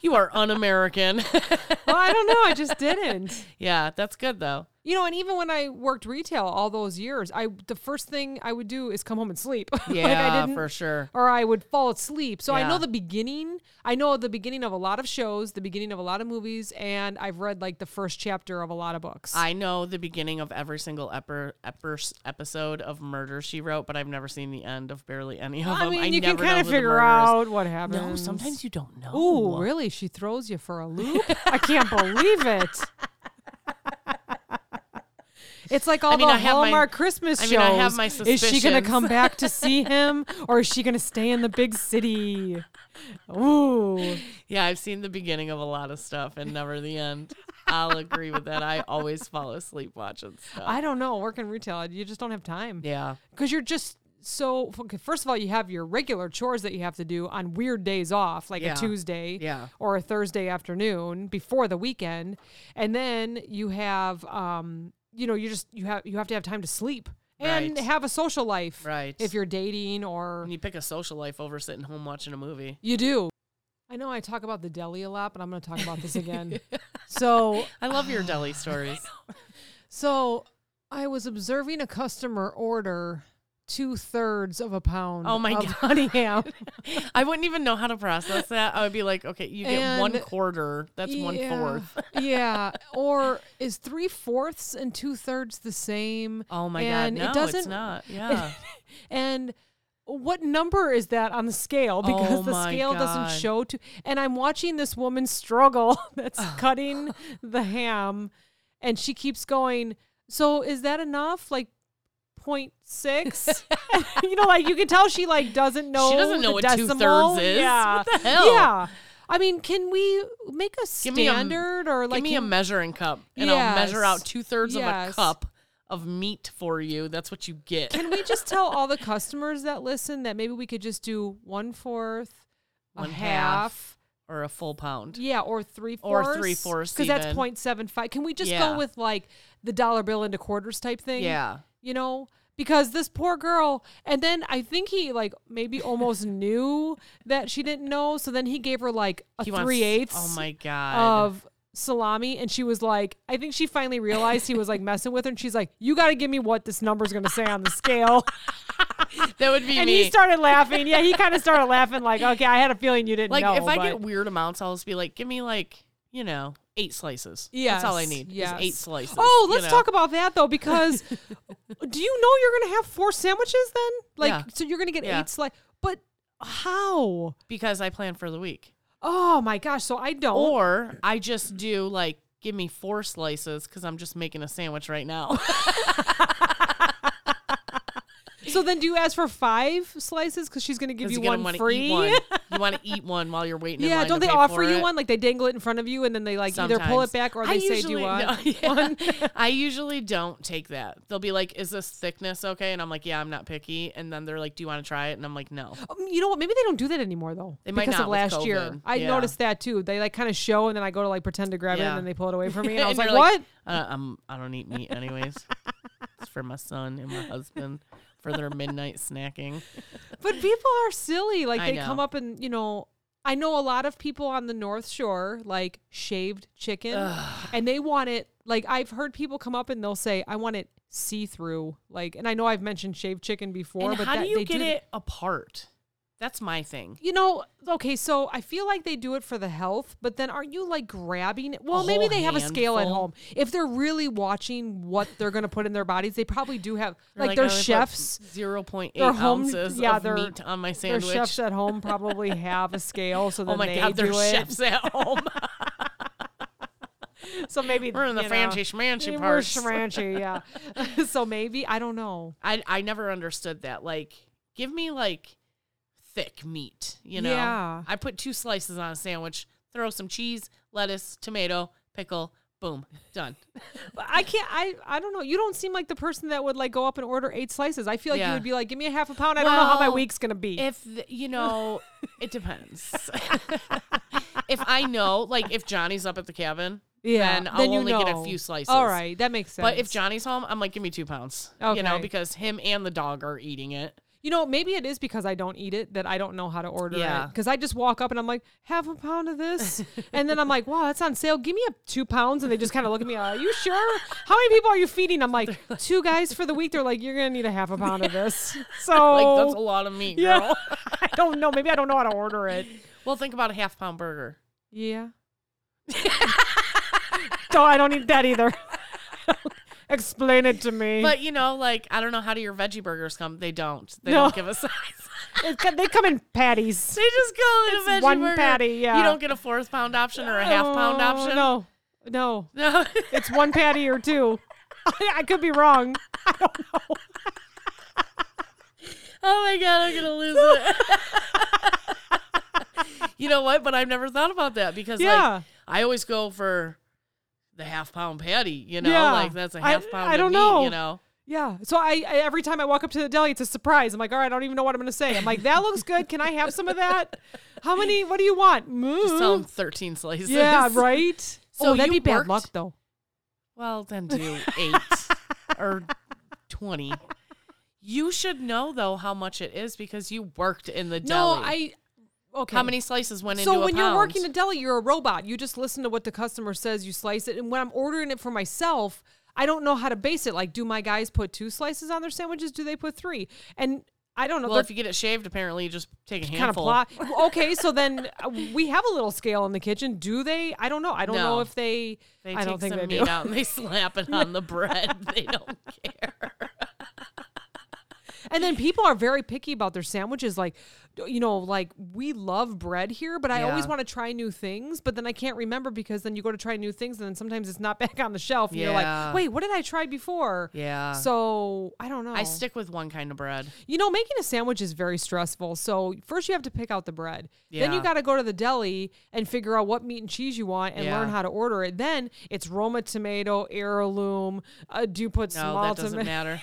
you are un-American. well, I don't know. I just didn't. yeah, that's good though. You know, and even when I worked retail all those years, I the first thing I would do is come home and sleep. Yeah, like I didn't, for sure. or I would fall asleep. So I know Yeah. the beginning. I know the beginning of a lot of shows, the beginning of a lot of movies, and I've read like the first chapter of a lot of books. I know the beginning of every single eper, eper, episode of Murder She Wrote, but I've never seen the end of barely any of I them. mean, I you can never know kind who of the figure murderer is. out what happens. No, sometimes you don't know. Ooh, really? She throws you for a loop? I can't believe it. It's like all I mean, the I have my- Hallmark Christmas I shows. mean, I have my Is she going to come suspicions. back to see him, or is she going to stay in the big city? Ooh, Yeah, I've seen the beginning of a lot of stuff and never the end. I'll agree with that. I always fall asleep watching stuff. I don't know. Working retail, you just don't have time. yeah. because you're just so okay, first of all you have your regular chores that you have to do on weird days off like Yeah. a tuesday Yeah. or a thursday afternoon before the weekend and then you have um you know you just you have you have to have time to sleep and Right. have a social life Right. if you're dating or And you pick a social life over sitting home watching a movie. you do i know i talk about the deli a lot but i'm going to talk about this again so I love your deli stories. so i was observing a customer order two thirds of a pound Oh my of God. honey ham I wouldn't even know how to process that. I would be like, okay, you get one And- quarter. That's one fourth. yeah. Or is three fourths and two thirds the same? Oh my and god, no, it doesn't. it's not. Yeah. And what number is that on the scale? Because Oh the my scale God. doesn't show to. And I'm watching this woman struggle that's cutting the ham, and she keeps going. So is that enough? Like. Point six, you know, like you can tell she like doesn't know. She doesn't know Oh, the what decimal. two-thirds is. Yeah, What the hell? Yeah, I mean, can we make a Give me a- standard or like Give me a can- measuring cup and I'll measure Yes. out two thirds of Yes. a cup of meat for you. That's what you get. Can we just tell all the customers that listen that maybe we could just do one fourth, a One half, half. or a full pound. yeah, or three Or fourths, three-fourths because that's even. 0.75. Can we just Yeah. go with like the dollar bill into quarters type thing? Yeah. you know. because this poor girl and then I think he like maybe almost knew that she didn't know, so then he gave her like a He wants- three eighths Oh my god. of salami and she was like I think she finally realized he was like messing with her and she's like, You gotta give me what this number's gonna say on the scale. that would be and me. he started laughing. Yeah, he kinda started laughing like, Okay, I had a feeling you didn't like know. if I but- get weird amounts, I'll just be like, give me like you know eight slices. that's all I Yes, need. yes. is eight slices. Oh, you let's know? talk about that though, because do you know you're gonna have four sandwiches then? Like, Yeah. so you're gonna get Yeah. eight slices, but how? because I plan for the week. Oh my gosh! So I don't. Or I just do like give me four slices because I'm just making a sandwich right now. so then, do you ask for five slices because she's gonna give 'Cause you you're gonna one wanna eat free? one. You want to eat one while you're waiting. in Yeah, line don't to they pay offer for you it. one? Like they dangle it in front of you, and then they like either pull Sometimes. it back or they I say, usually- "Do you want?" no, yeah. I usually don't take that. They'll be like, "Is this thickness okay?" And I'm like, "Yeah, I'm not picky." And then they're like, "Do you want to try it?" And I'm like, "No." Um, You know what? Maybe they don't do that anymore though. They might because of not with last year. COVID. I Yeah. noticed that too. They like kind of show, and then I go to like pretend to grab it, Yeah. and then they pull it away from me, and I was And like, you're "What?" Uh, I'm, I don't eat meat anyways. it's for my son and my husband for their midnight snacking. But people are silly. Like I they come know. up and you know, I know a lot of people on the North Shore like shaved chicken, and they want it. Like I've heard people come up and they'll say, "I want it see through." Like, and I know I've mentioned shaved chicken before, and but how that, do you they get do, it apart? That's my thing. You know, okay, so I feel like they do it for the health, but then aren't you like grabbing it? Well, A maybe whole they have a scale at handful. home. If they're really watching what they're going to put in their bodies, they probably do have, like, they're "Oh, they're chefs. Zero point eight They're home- ounces yeah, of they're- meat on my Their sandwich. chefs at home probably have a scale, so then oh my they god, they're do it. chefs at home. So maybe We're in the you know, fancy schmancy we're parts. schmancy, yeah. so maybe I don't know. I I never understood that. Like, give me like thick meat. You know, Yeah. I put two slices on a sandwich. Throw some cheese, lettuce, tomato, pickle. Boom, done. But I can't. I I don't know. You don't seem like the person that would like go up and order eight slices. I feel like you Yeah. would be like, give me a half a pound. I don't know how my Well, week's gonna be. If th- you know, it depends. if I know, like, if Johnny's up at the cabin, yeah, then I'll you only get know. a few slices. All right, that makes sense. But if Johnny's home, I'm like, give me two pounds. You know, Okay. because him and the dog are eating it. you know, maybe it is because I don't eat it that I don't know how to order Yeah. it. Because I just walk up and I'm like, half a pound of this, and then I'm like, wow, that's on sale. Give me a two pounds, and they just kind of look at me. Are you sure? How many people are you feeding? I'm like, two guys for the week. They're like, you're gonna need a half a pound of this. So Like, that's a lot of meat, yeah, girl. I don't know. Maybe I don't know how to order it. well, think about a half pound burger. Yeah. no, I don't eat that either. Explain it to me. But you know, like I don't know how do your veggie burgers come? They don't. They No. don't give a size. It co- they come in patties. they just go in a veggie one burger. patty, yeah. You don't get a fourth pound option or a half pound Oh, option. No, no. No. It's one patty or two. I, I could be wrong. oh my god, I'm gonna lose it. you know what? But I've never thought about that because Yeah. like I always go for the half pound patty. You know, Yeah. like that's a I- half pound. I of don't meat, know. You know. Yeah. So I, I every time I walk up to the deli, it's a surprise. I'm like, all right, I don't even know what I'm gonna say. I'm like, that looks good. Can I have some of that? How many? What do you want? Mm. Just tell Move. 'em 13 slices. Yeah. Right. So So oh, that'd you be bad worked- luck though. Well, then do eight or 20. You should know, though, how much it is because you worked in the deli. No, I. Okay. How many slices went So into a when you're pound? working a deli, you're a robot. You just listen to what the customer says. You slice it. And when I'm ordering it for myself, I don't know how to base it. Like, do my guys put two slices on their sandwiches? Do they put three? And I don't know. well, if you get it shaved, apparently you just take a kind of handful. plot. Okay, so then uh, we have a little scale in the kitchen. Do they? I don't know. I don't know No. if they. They I take don't think some they meat do. out and they slap it on the bread. they don't care. And then people are very picky about their sandwiches. Like, you know, like we love bread here, but I always Yeah. want to try new things, but then I can't remember because then you go to try new things and then sometimes it's not back on the shelf. And you're Yeah. like, wait, what did I try before? Yeah. So I don't know. I stick with one kind of bread. Oh. You know, making a sandwich is very stressful. So first you have to pick out the bread. Then you Yeah. got to go to the deli and figure out what meat and cheese you want and learn Yeah. how to order it. Then it's Roma tomato, heirloom. Uh, do you put No, small Oh, that doesn't tomato? matter.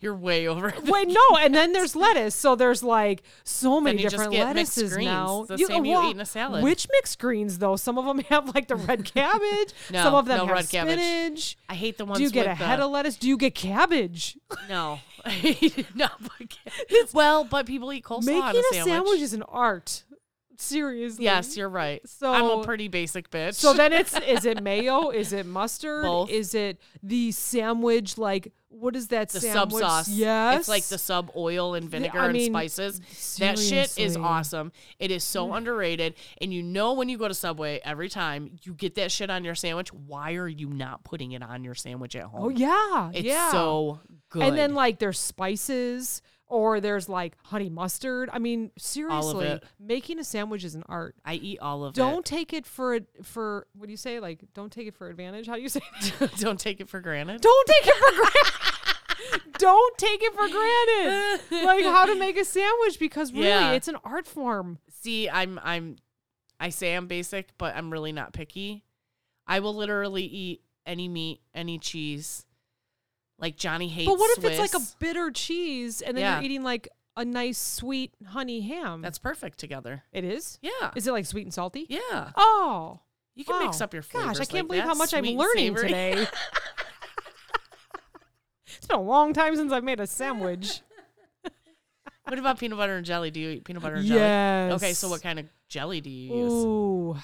You're way over. it. Wait, no, and then there's lettuce. So there's like so many you just different get mixed lettuces greens, now. the same you eat in a salad. Which mixed greens though? Some of them have like the red cabbage. No, some of them no have red cabbage. spinach. I hate the ones. Do you get with a head the, of lettuce? Do you get cabbage? No, no. but- well, but people eat coleslaw Making on a sandwich. is an art. Seriously. Yes, you're right. I'm a So- pretty basic bitch. So then it's is it mayo? Is it mustard? Both. Is it the sandwich? Like what is that the sub sandwich? sauce. Yes. It's like the sub oil and vinegar I and mean, spices. That shit is seriously. awesome. It is so underrated. And you know when you go to Subway every time you get that shit on your sandwich, why are you not putting it on your sandwich at home? Oh yeah. It's yeah. so good. And then like there's spices or there's like honey mustard. I mean, seriously, it. making a sandwich is an art. I eat all of Don't take it for ad- for what do you say? Like don't take it for advantage. How do you say? that? it. Don't take it for granted. don't take it for granted. don't take it for granted. Like how to make a sandwich because really Yeah. it's an art form. see i'm i'm i say i'm basic but i'm really not picky i will literally eat any meat any cheese like johnny hates But what if it's like a Swiss. bitter cheese and then Yeah. you're eating like a nice sweet honey ham? that's perfect together it is. yeah Is it like sweet and salty? yeah Oh. you can mix wow. up your flavors Gosh, I like can't believe that, how much I'm sweet and learning savory. today. it's been a long time since I've made a sandwich. what about peanut butter and jelly do you eat peanut butter and jelly okay so Yes. what kind of jelly do you use Ooh,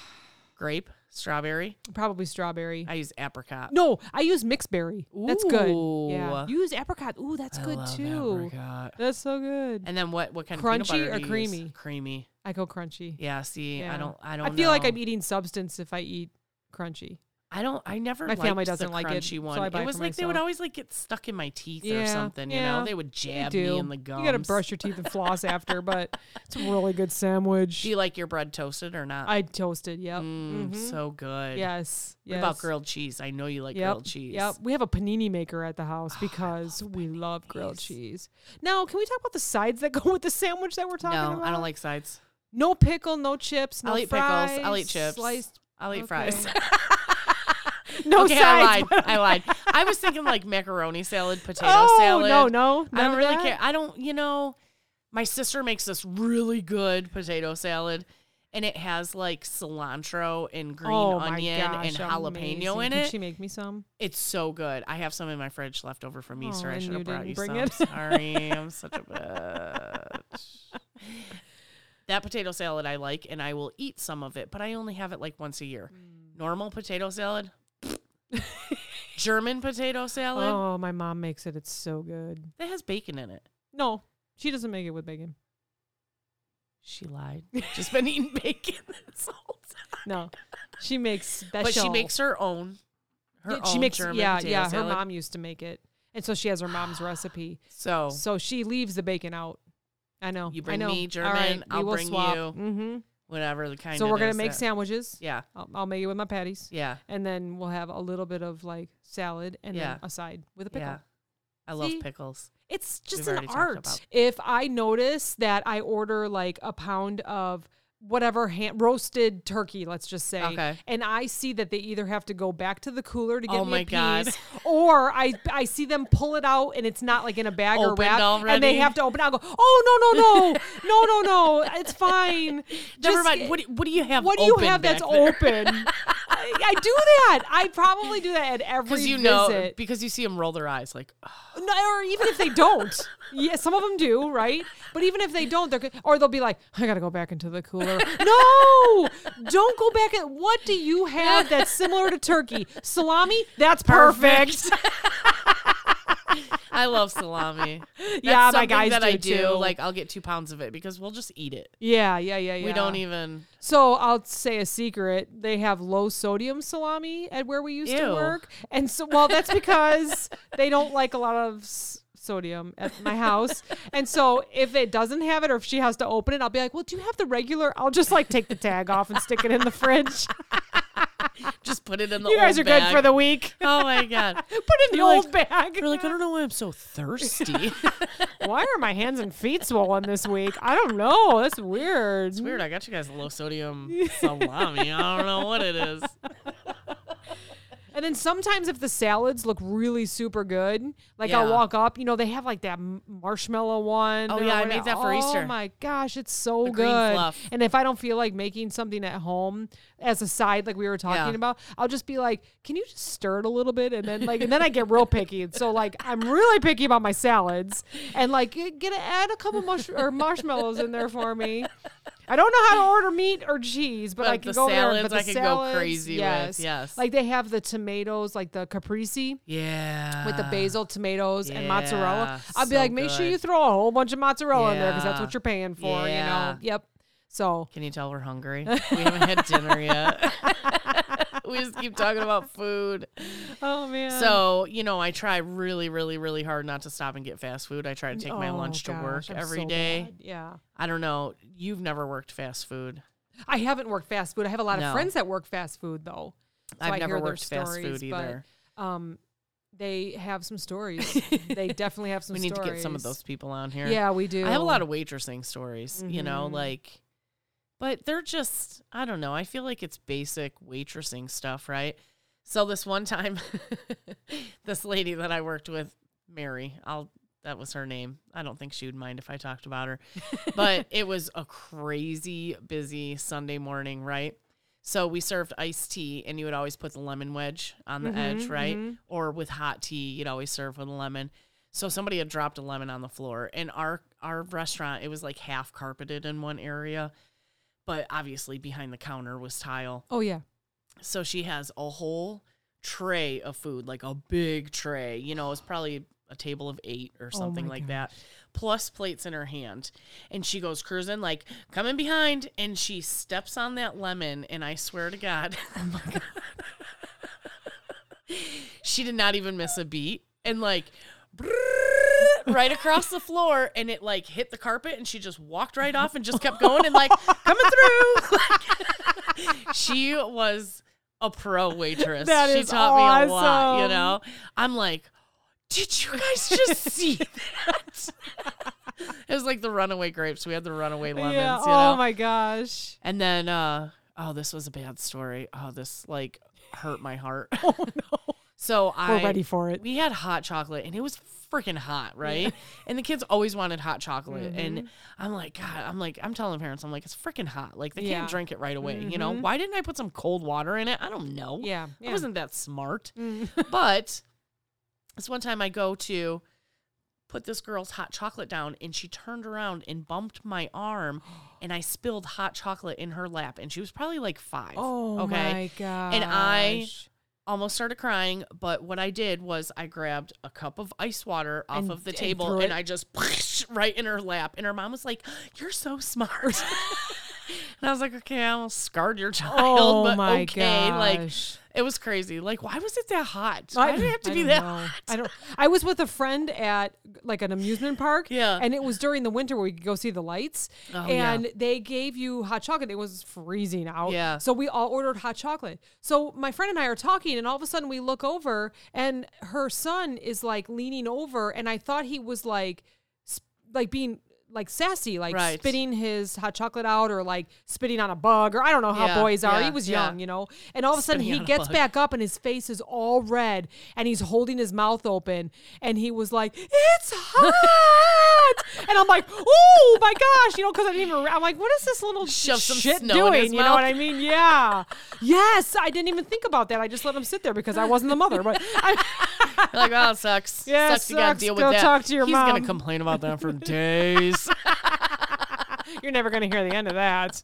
grape strawberry probably strawberry. i use apricot no, I use mixed berry. That's good. Yeah, Ooh. you use apricot. Ooh, that's I good love too. apricot. That's so good. and then what what kind of Crunchy peanut butter or do you creamy? use? creamy I go crunchy. yeah see i Yeah. don't i don't I feel like know. I'm eating substance if I eat crunchy. I don't. I never. My family liked the doesn't like it, crunchy so one. I buy it it was for like they would myself. always like get stuck in my teeth or Yeah, something. You know, yeah. they would You jab do. me in the gums. You gotta brush your teeth and floss after, but it's a really good sandwich. Do you like your bread toasted or not? I toasted. Yep. Mm, Mhm. So good. Yes. What yes. about grilled cheese? I know you like Yep. grilled cheese. Oh, Yep. We have a panini maker at the house because we love grilled cheese. Now, can we talk about the sides that go with the sandwich that we're talking No, about? I don't like sides. No pickle, no chips, no I'll eat fries, pickles. I'll eat chips. Sliced. I'll eat okay. fries. No okay, sides. I lied. I lied. I was thinking like macaroni salad, potato oh salad. no, no. I none don't of really that? care. I don't, you know, my sister makes this really good potato salad and it has like cilantro and green oh, my onion gosh, and jalapeno amazing. in Can it. she make me some? it's so good. I have some in my fridge left over from Easter. Oh, I and should you have brought didn't you bring some. it. Sorry, I'm such a bitch. That potato salad I like and I will eat some of it, but I only have it like once a year. Mm. Normal potato salad. German potato salad Oh, my mom makes it. It's so good. that has bacon in it. No, she doesn't make it with bacon. She lied. Just been eating bacon this whole time. No, she makes special. But she makes her own. Her Yeah, she own makes German yeah potato yeah. salad. Her mom used to make it, and so she has her mom's recipe. So So she leaves the bacon out. I know. You I bring know. me All right, German, we I'll will bring swap. you- Mm-hmm. whatever the kind. So it we're gonna is make that- sandwiches. Yeah, I'll, I'll make it with my patties, yeah, and then we'll have a little bit of like salad, and Yeah. then a side with a pickle. yeah. I love See? pickles. It's just We've already an talked art. about- If I notice that I order like a pound of whatever ham, roasted turkey, let's just say, Okay. and I see that they either have to go back to the cooler to get Oh me my a God. piece, or I I see them pull it out and it's not like in a bag or Opened wrap, and already? they have to open. it. I'll go, oh no no no no no no, it's fine. Never Just- mind. What, do- what do you have? what do you open have that's back there? open? I, I do that. I probably do that at every Because you visit. know, because you see them roll their eyes like, "Ugh, No, or even if they don't. yeah, some of them do, right? But even if they don't, they're go- or they'll be like, I gotta go back into the cooler. no, don't go back. In- what do you have that's similar to turkey? Salami? That's perfect. I love salami. That's Yeah, my something guys that I do do. too. Like, I'll get two pounds of it because we'll just eat it. yeah, yeah, yeah, yeah. We don't even. So I'll say a secret. They have low sodium salami at where we used Ew. to work. And so, well, that's because they don't like a lot of s- sodium at my house. And so if it doesn't have it or if she has to open it, I'll be like, well, do you have the regular? I'll just like take the tag off and stick it in the fridge. Just put it in the. you guys old are good bag. for the week. Oh my god. Put it in the You're like- old bag. You're like, I don't know why I'm so thirsty. Why are my hands and feet swollen this week? I don't know. That's weird. Weird, I got you guys a low sodium salami. I don't know what it is. And then sometimes if the salads look really super good, like I'll Yeah. walk up, you know, they have like that m- marshmallow one. Oh, or yeah, I made whatever. that for Easter. Oh my gosh, it's so The good. green fluff. And if I don't feel like making something at home as a side, like we were talking Yeah. about, I'll just be like, "Can you just stir it a little bit?" And then like, and then I get real picky. And so like, I'm really picky about my salads, and like, get get- add a couple mush or marshmallows in there for me. I don't know how to order meat or cheese, but, But I can the go there. salads But the I could go salads, crazy with, yes. yes. Like they have the tomatoes, like the caprese Yeah. with the basil, tomatoes, and mozzarella. Ah, yeah, I'd be so like, make sure good. you throw a whole bunch of mozzarella in there because that's Yeah. what you're paying Yeah. for, you know? Yep. So, Can you tell we're hungry? We haven't had dinner yet. we just keep talking about food. oh man. So, you know, I try really, really, really hard not to stop and get fast food. I try to take my Oh, lunch to work every day. Yeah. I don't know. You've never worked fast food. I haven't worked fast food. I have a lot No. of friends that work fast food though. So I've I never hear their worked fast stories, food either. But, um, they have some stories. they definitely have some We stories. need to get some of those people on here. Yeah, we do. I have a lot of waitressing stories, you know, Mhm. like, but they're just, I don't know. I feel like it's basic waitressing stuff, right? So this one time, this lady that I worked with, Mary, I'll, that was her name. I don't think she would mind if I talked about her, but it was a crazy busy Sunday morning, right? So we served iced tea, and you would always put the lemon wedge on the edge, Mhm, right? mhm. Or with hot tea, you'd always serve with a lemon. So somebody had dropped a lemon on the floor, and our our restaurant it was like half carpeted in one area, but obviously behind the counter was tile. Oh yeah. So she has a whole tray of food, like a big tray. You know, it's probably a table of eight or something like that, plus plates in her hand. And she goes cruising, like, come in behind. And she steps on that lemon. And I swear to God, oh my God. she did not even miss a beat. And like, right across the floor and it like hit the carpet and she just walked right off and just kept going and like coming through she was a pro waitress. That she is taught me a lot, you awesome. know. I'm like, did you guys just see that? it was like the runaway grapes. We had the runaway lemons, yeah. you know. Oh my gosh. and then uh oh, this was a bad story. Oh, this like hurt my heart. So I Oh, We're ready for it. we had hot chocolate and it was freaking hot, right? And the kids always wanted hot chocolate. Mm-hmm. And I'm like, God, I'm like, I'm telling parents, I'm like, it's freaking hot. Like they Yeah. Mm-hmm. can't drink it right away. You know, why didn't I put some cold water in it? I don't know. Yeah, I yeah. Mm. wasn't that smart. but this one time I go to put this girl's hot chocolate down and she turned around and bumped my arm and I spilled hot chocolate in her lap. And she was probably like five. Oh okay my gosh. and I almost started crying, but what I did was I grabbed a cup of ice water off And- of the and table threw and it- I just right in her lap. And her mom was like, You're so smart. and I was like, Okay, I almost scarred your child, Oh but my okay. Like gosh. it was crazy. Like, why was it that hot? Why did it have to be don't that know. hot? I don't. I was with a friend at like an amusement park. Yeah. and it was during the winter where we could go see the lights. Oh, yeah. and they gave you hot chocolate. It was freezing out. Yeah. so we all ordered hot chocolate. So my friend and I are talking, and all of a sudden we look over, and her son is like leaning over, and I thought he was like, sp- like being. Like sassy, like Right. spitting his hot chocolate out, or like spitting on a bug, or I don't know how Yeah, boys are. yeah, he was yeah. young, you know. And all of a sudden, Spitting he on a gets bug. back back up and his face is all red and he's holding his mouth open and he was like, It's hot. and I'm like, Oh my gosh, you know, because I didn't even, I'm like, What is this little Shove some shit snow in doing? his you know what mouth. I mean? Yeah. yes. I didn't even think about that. I just let him sit there because I wasn't the mother. But I, Like, oh, it sucks. Yeah, it sucks. You gotta sucks. deal with Go that. talk to your He's mom. gonna complain about that for days. you're never going to hear the end of that.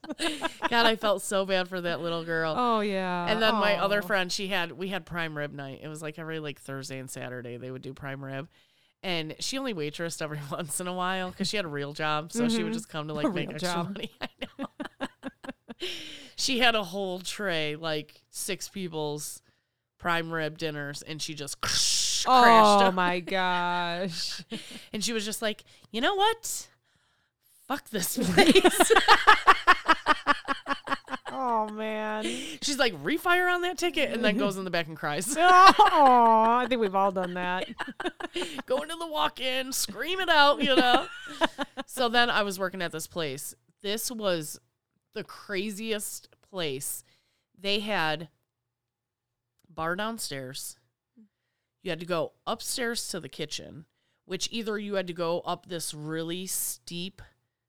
God, I felt so bad for that little girl. Oh, yeah. And then my other Oh. friend, she had we had prime rib night. It was like every like Thursday and Saturday they would do prime rib. And she only waitressed every once in a while because she had a real job, so she would just come to like make Mm-hmm. real extra job. money. I know. she had a whole tray, like six people's prime rib dinners, and she just crashed. Oh my gosh. And she was just like, you know what? Fuck this place. Oh man. She's like, refire on that ticket, and Mm-hmm. then goes in the back and cries. Oh, I think we've all done that. go into the walk-in, scream it out, you know. so then I was working at this place. This was the craziest place. They had bar downstairs. You had to go upstairs to the kitchen, which either you had to go up this really steep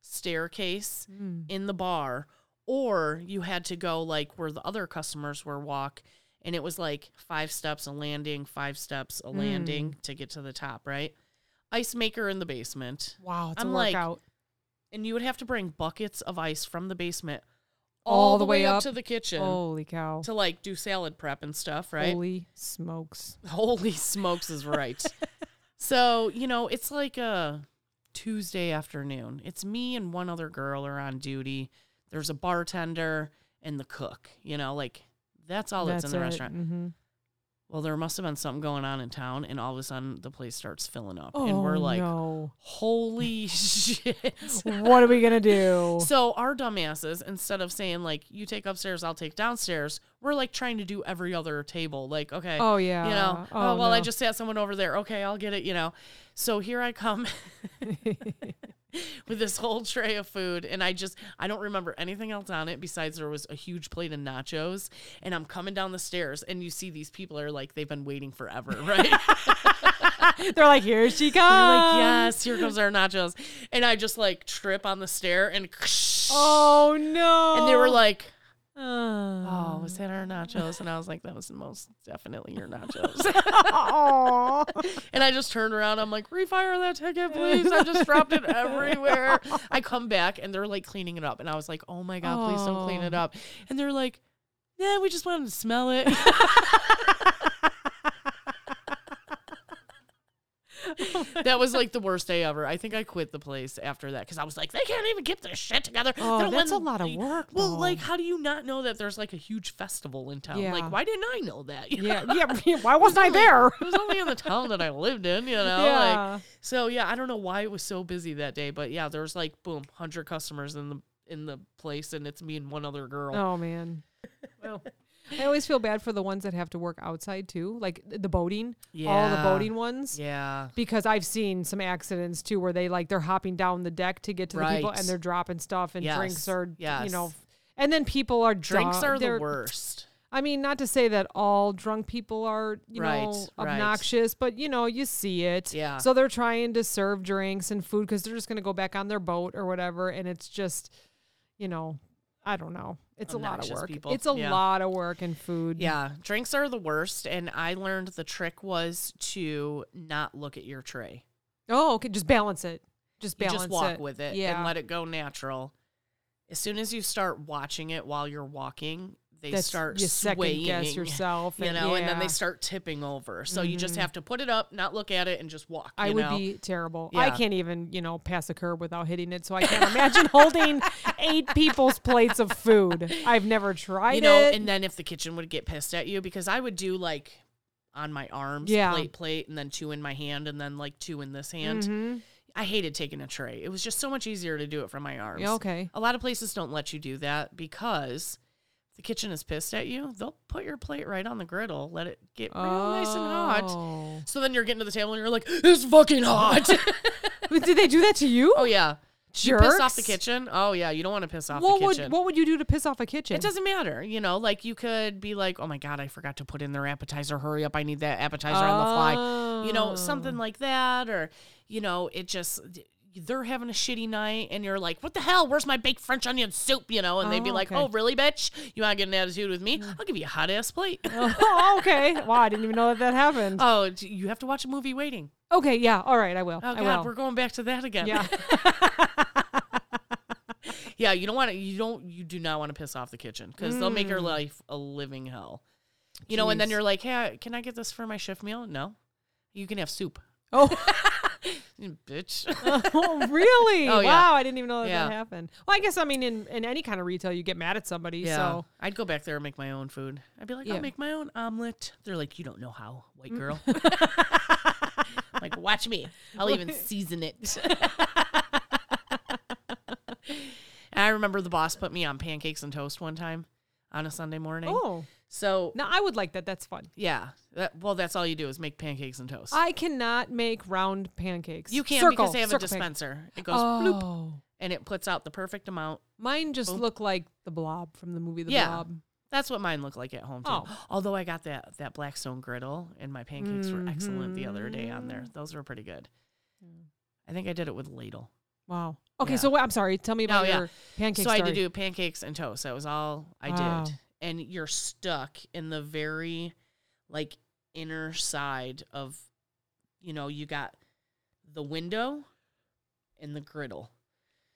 staircase in the bar, or you had to go like where the other customers were walk. And it was like five steps, a landing, five steps, a landing to get to the top, right? Ice maker in the basement. Wow, it's I'm a like, workout. And you would have to bring buckets of ice from the basement All the way up? to the kitchen Holy cow. to like do salad prep and stuff, right? Holy, Holy smokes. smokes is right. so, you know, it's like a Tuesday afternoon. It's me and one other girl are on duty. There's a bartender and the cook, you know, like that's all that's, in the it. restaurant. Mhm. Well, there must have been something going on in town and all of a sudden the place starts filling up Oh, and we're like, no. "Holy shit." what are we going to do? So our dumbasses, instead of saying like you take upstairs, I'll take downstairs, we're like trying to do every other table. Like, okay, Oh, yeah. you know, oh, Oh, well, I no. just sat someone over there. Okay, I'll get it. You know, so here I come with this whole tray of food, and I just I don't remember anything else on it besides there was a huge plate of nachos, and I'm coming down the stairs, and you see these people are like they've been waiting forever, right? They're like, here she They're comes. like, yes, here comes our nachos, and I just like trip on the stair and. Oh, no. And they were like, oh. oh, was that our nachos? And I was like, that was most definitely your nachos. Aw. and I just turned around. I'm like, refire that ticket, please. I just dropped it everywhere. I come back and they're like cleaning it up. And I was like, oh my God, please don't clean it Oh. up. And they're like, yeah, we just wanted to smell it. that was like the worst day ever. I think I quit the place after that because I was like, they can't even get their shit together. They Oh, don't that's want- a lot of work, Well, though. like, how do you not know that there's like a huge festival in town? Um, Yeah. Like, why didn't I know that? You yeah, know? yeah. Why wasn't I there? it was only in the town that I lived in, you know. Yeah. Like, so yeah, I don't know why it was so busy that day, but yeah, there was like boom, hundred customers in the in the place, and it's me and one other girl. Oh man. Well, I always feel bad for the ones that have to work outside too, like th- the boating, all the Yeah. boating ones. Yeah, Because I've seen some accidents too, where they like they're hopping down the deck to get to the people, Right. and they're dropping stuff and drinks Yes. are, you know, Yes. and then people are drinks drunk- are the they're- worst. I mean, not to say that all drunk people are, you Right, know, right. obnoxious, but you know, you see it. Yeah. So they're trying to serve drinks and food because they're just going to go back on their boat or whatever, and it's just, you know, I don't know. It's a lot Obnoxious of work. people, It's a yeah. lot of work and food. Yeah, drinks are the worst, and I learned the trick was to not look at your tray. Oh, okay. Just balance it. Just You balance just walk it. with it Yeah. and let it go natural. As soon as you start watching it while you're walking, they That's- start you second swaying. guess yourself. you know, and then yeah. Mm-hmm. they start tipping over. So you just have to put it up, not look at it, and just walk. I you would know? be terrible. I Yeah. can't even, you know, pass a curb without hitting it. So I can't imagine holding eight people's plates of food. I've never tried you know. it. And then if the kitchen would get pissed at you, because I would do like on my arms, Yeah. plate, plate, and then two in my hand, and then like two in this hand. Mm-hmm. I hated taking a tray. It was just so much easier to do it from my arms. Yeah, okay. A lot of places don't let you do that because. if The kitchen is pissed at you. They'll put your plate right on the griddle, let it get real nice and hot. Oh. So then you're getting to the table and you're like, "It's fucking hot." But Did they do that to you? oh yeah, Jerks. You piss off the kitchen. Oh yeah, you don't want to piss off What the would kitchen. what would you do to piss off a kitchen? it doesn't matter, you know. Like you could be like, "Oh my god, I forgot to put in their appetizer. Hurry up! I need that appetizer on the fly." You know, something Oh. like that, or you know, it just they're having a shitty night, and you're like, "What the hell? Where's my baked French onion soup?" You know, and they'd be Oh, like, okay. "Oh really, bitch? You want to get an attitude with me? I'll give you a hot ass plate." oh, okay. Wow, I didn't even know that that happened. oh, d- you have to watch a movie waiting. okay, yeah. All right, I will. Oh I god, will. we're going back to that again. yeah. Yeah, you don't want to. You don't. You do not want to piss off the kitchen because they'll make your life a living hell. You know, and then Mm. Jeez. you're like, "Hey, I- can I get this for my shift meal?" No, you can have soup, Oh, bitch. oh, really? Oh, yeah. Wow, I didn't even know that, Yeah. that happened. Well, I guess I mean in, in any kind of retail you get mad at somebody, so I'd go back there and make my own food. I'd be like, Yeah. Mm. "I'll make my own omelet." They're like, "You don't know how, white girl." like, watch me. I'll even season it. I remember the boss put me on pancakes and toast one time on a Sunday morning. Oh. So Now I would like that. That's fun. Yeah. That, well, that's all you do is make pancakes and toast. I cannot make round pancakes. you can circle, because they have a circle pancake. dispenser. It goes bloop Oh. and it puts out the perfect amount. Mine just look like the blob from the movie The Yeah. Blob. That's what mine looked like at home too. Oh. Although I got that that Blackstone griddle and my pancakes were excellent the other day on there. Those were pretty good. I think I did it with ladle. Wow. Okay, Yeah. so wait, I'm sorry. Tell me about No, yeah. your pancake so I had to story. do pancakes and toast. That was all I Wow. did. And you're stuck in the very like inner side of you know, you got the window and the griddle.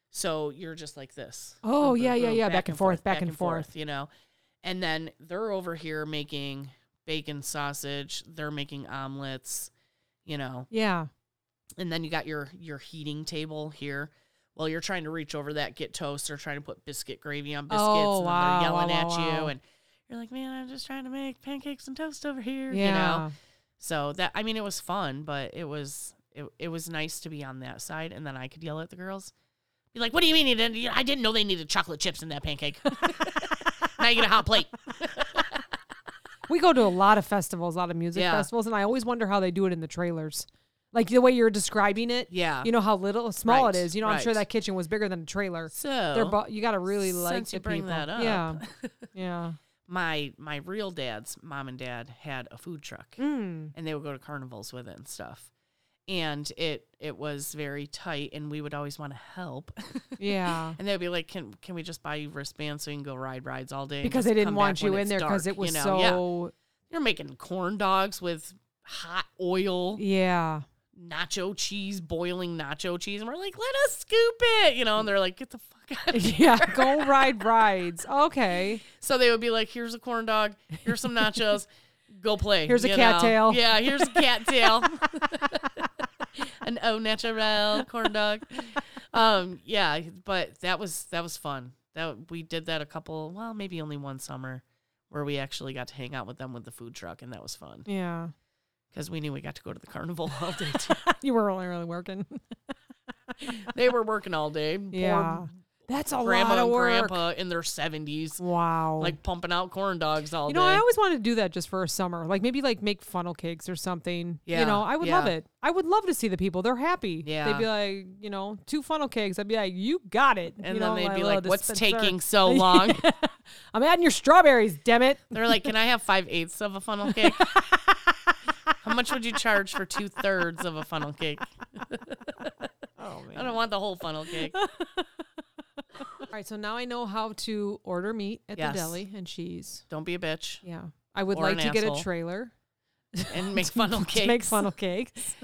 So you're just like this. Oh, Boom, boom, yeah, yeah, boom, yeah, back and forth, back and forth. you know. And then they're over here making bacon sausage, they're making omelets, you know Yeah. and then you got your your heating table here. Well, you're trying to reach over that, get toast, or trying to put biscuit gravy on biscuits, Oh, and then wow, they're yelling wow, at wow, wow. you, and you're like, "Man, I'm just trying to make pancakes and toast over here," Yeah. you know. So that I mean, it was fun, but it was it, it was nice to be on that side, and then I could yell at the girls, be like, "What do you mean? You didn't, I didn't know they needed chocolate chips in that pancake." now you get a hot plate. We go to a lot of festivals, a lot of music Yeah. festivals, and I always wonder how they do it in the trailers. Like the way you're describing it. Yeah. You know how little small Right, it is. You know, I'm sure right. that kitchen was bigger than a trailer. So They're bu- you got to really like since the you bring people. that up. Yeah. yeah. my my real dad's mom and dad had a food truck Mm. and they would go to carnivals with it and stuff and it it was very tight and we would always want to help Yeah. and they'd be like can can we just buy you wristbands so you can go ride rides all day and because just they didn't come want back when you in it's there because dark," it was you know? Yeah. so you're making corn dogs with hot oil yeah. nacho cheese boiling nacho cheese and we're like let us scoop it you know and they're like get the fuck out of here Yeah, go ride rides. Okay. So they would be like, here's a corn dog, here's some nachos, go play. Here's a you cattail. Yeah, here's a cattail. An au naturel corn dog. Um, yeah, but that was that was fun. That we did that a couple, well, maybe only one summer where we actually got to hang out with them with the food truck and that was fun Yeah. because we knew we got to go to the carnival all day. Too. You were only really working. they were working all day. Poor Yeah. That's a lot grandma of and work. grandpa in their 70s Wow. like pumping out corn dogs all you day. know, I always wanted to do that just for a summer. Like maybe like make funnel cakes or something. Yeah, You know, I would love yeah. it. I would love to see the people. They're happy. Yeah. They'd be like, you know, two funnel cakes. I'd be like, you got it. And you then know, they'd my be little like, "What's dispenser. taking so long?" I'm adding your strawberries, damn it. They're like, "Can I have five eighths of a funnel cake? How much would you charge for two thirds of a funnel cake? Oh I don't want the whole funnel cake." All right, so now I know how to order meat at Yes. the deli and cheese. Don't be a bitch Yeah. I would Or like an to get a asshole. trailer. and make funnel to cakes. make funnel cakes.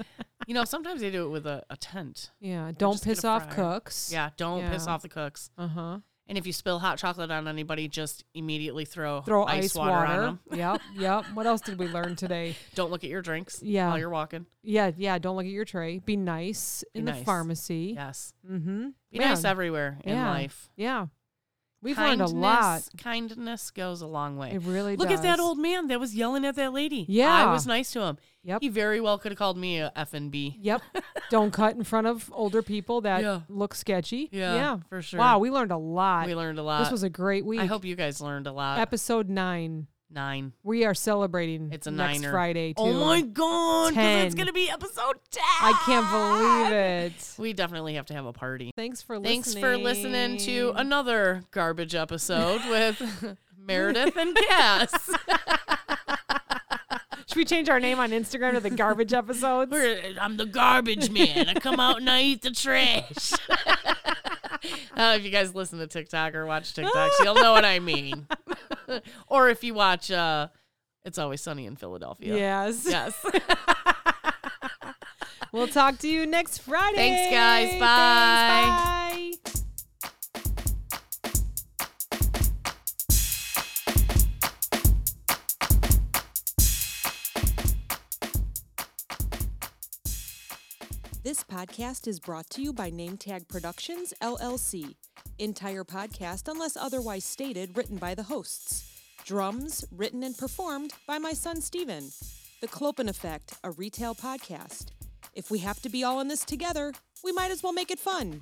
You know, sometimes they do it with a, a tent. Yeah, don't just get a piss off fryer. cooks. Yeah, don't piss Yeah. off the cooks. Uh huh. And if you spill hot chocolate on anybody, just immediately throw, Throw ice, water, on them. yep, yep. What else did we learn today? Don't look at your drinks Yeah. while you're walking. Yeah, yeah. Don't look at your tray. Be nice in the nice. pharmacy. Yes. Mm-hmm. Be nice everywhere in yeah. life. Yeah. We've learned a lot. Kindness goes a long way. It really Look at that does. old man that was yelling at that lady. Yeah. I was nice to him. Yep. He very well could have called me a F and B. Yep. Don't cut in front of older people that Yeah. look sketchy. Yeah, Yeah. for sure. Wow, we learned a lot. We learned a lot. this was a great week. I hope you guys learned a lot. Episode nine. Nine. We are celebrating. It's a next niner. Friday too. Oh my god! 'cause Ten. It's gonna be episode ten. I can't believe it. We definitely have to have a party. Thanks for listening. Thanks for listening to another garbage episode with Meredith and Cass. Should we change our name on Instagram to the garbage episodes? We're- I'm the garbage man. I come out and I eat the trash. Uh, if you guys listen to TikTok or watch TikToks, you'll know what I mean. or if you watch uh, It's Always Sunny in Philadelphia. Yes. Yes. We'll talk to you next Friday. Thanks, guys. Thanks, Bye. bye. This podcast is brought to you by NameTag Productions, LLC. Entire podcast, unless otherwise stated, written by the hosts. Drums, written and performed by my son Steven. The Clopen Effect, a retail podcast. If we have to be all in this together, we might as well make it fun.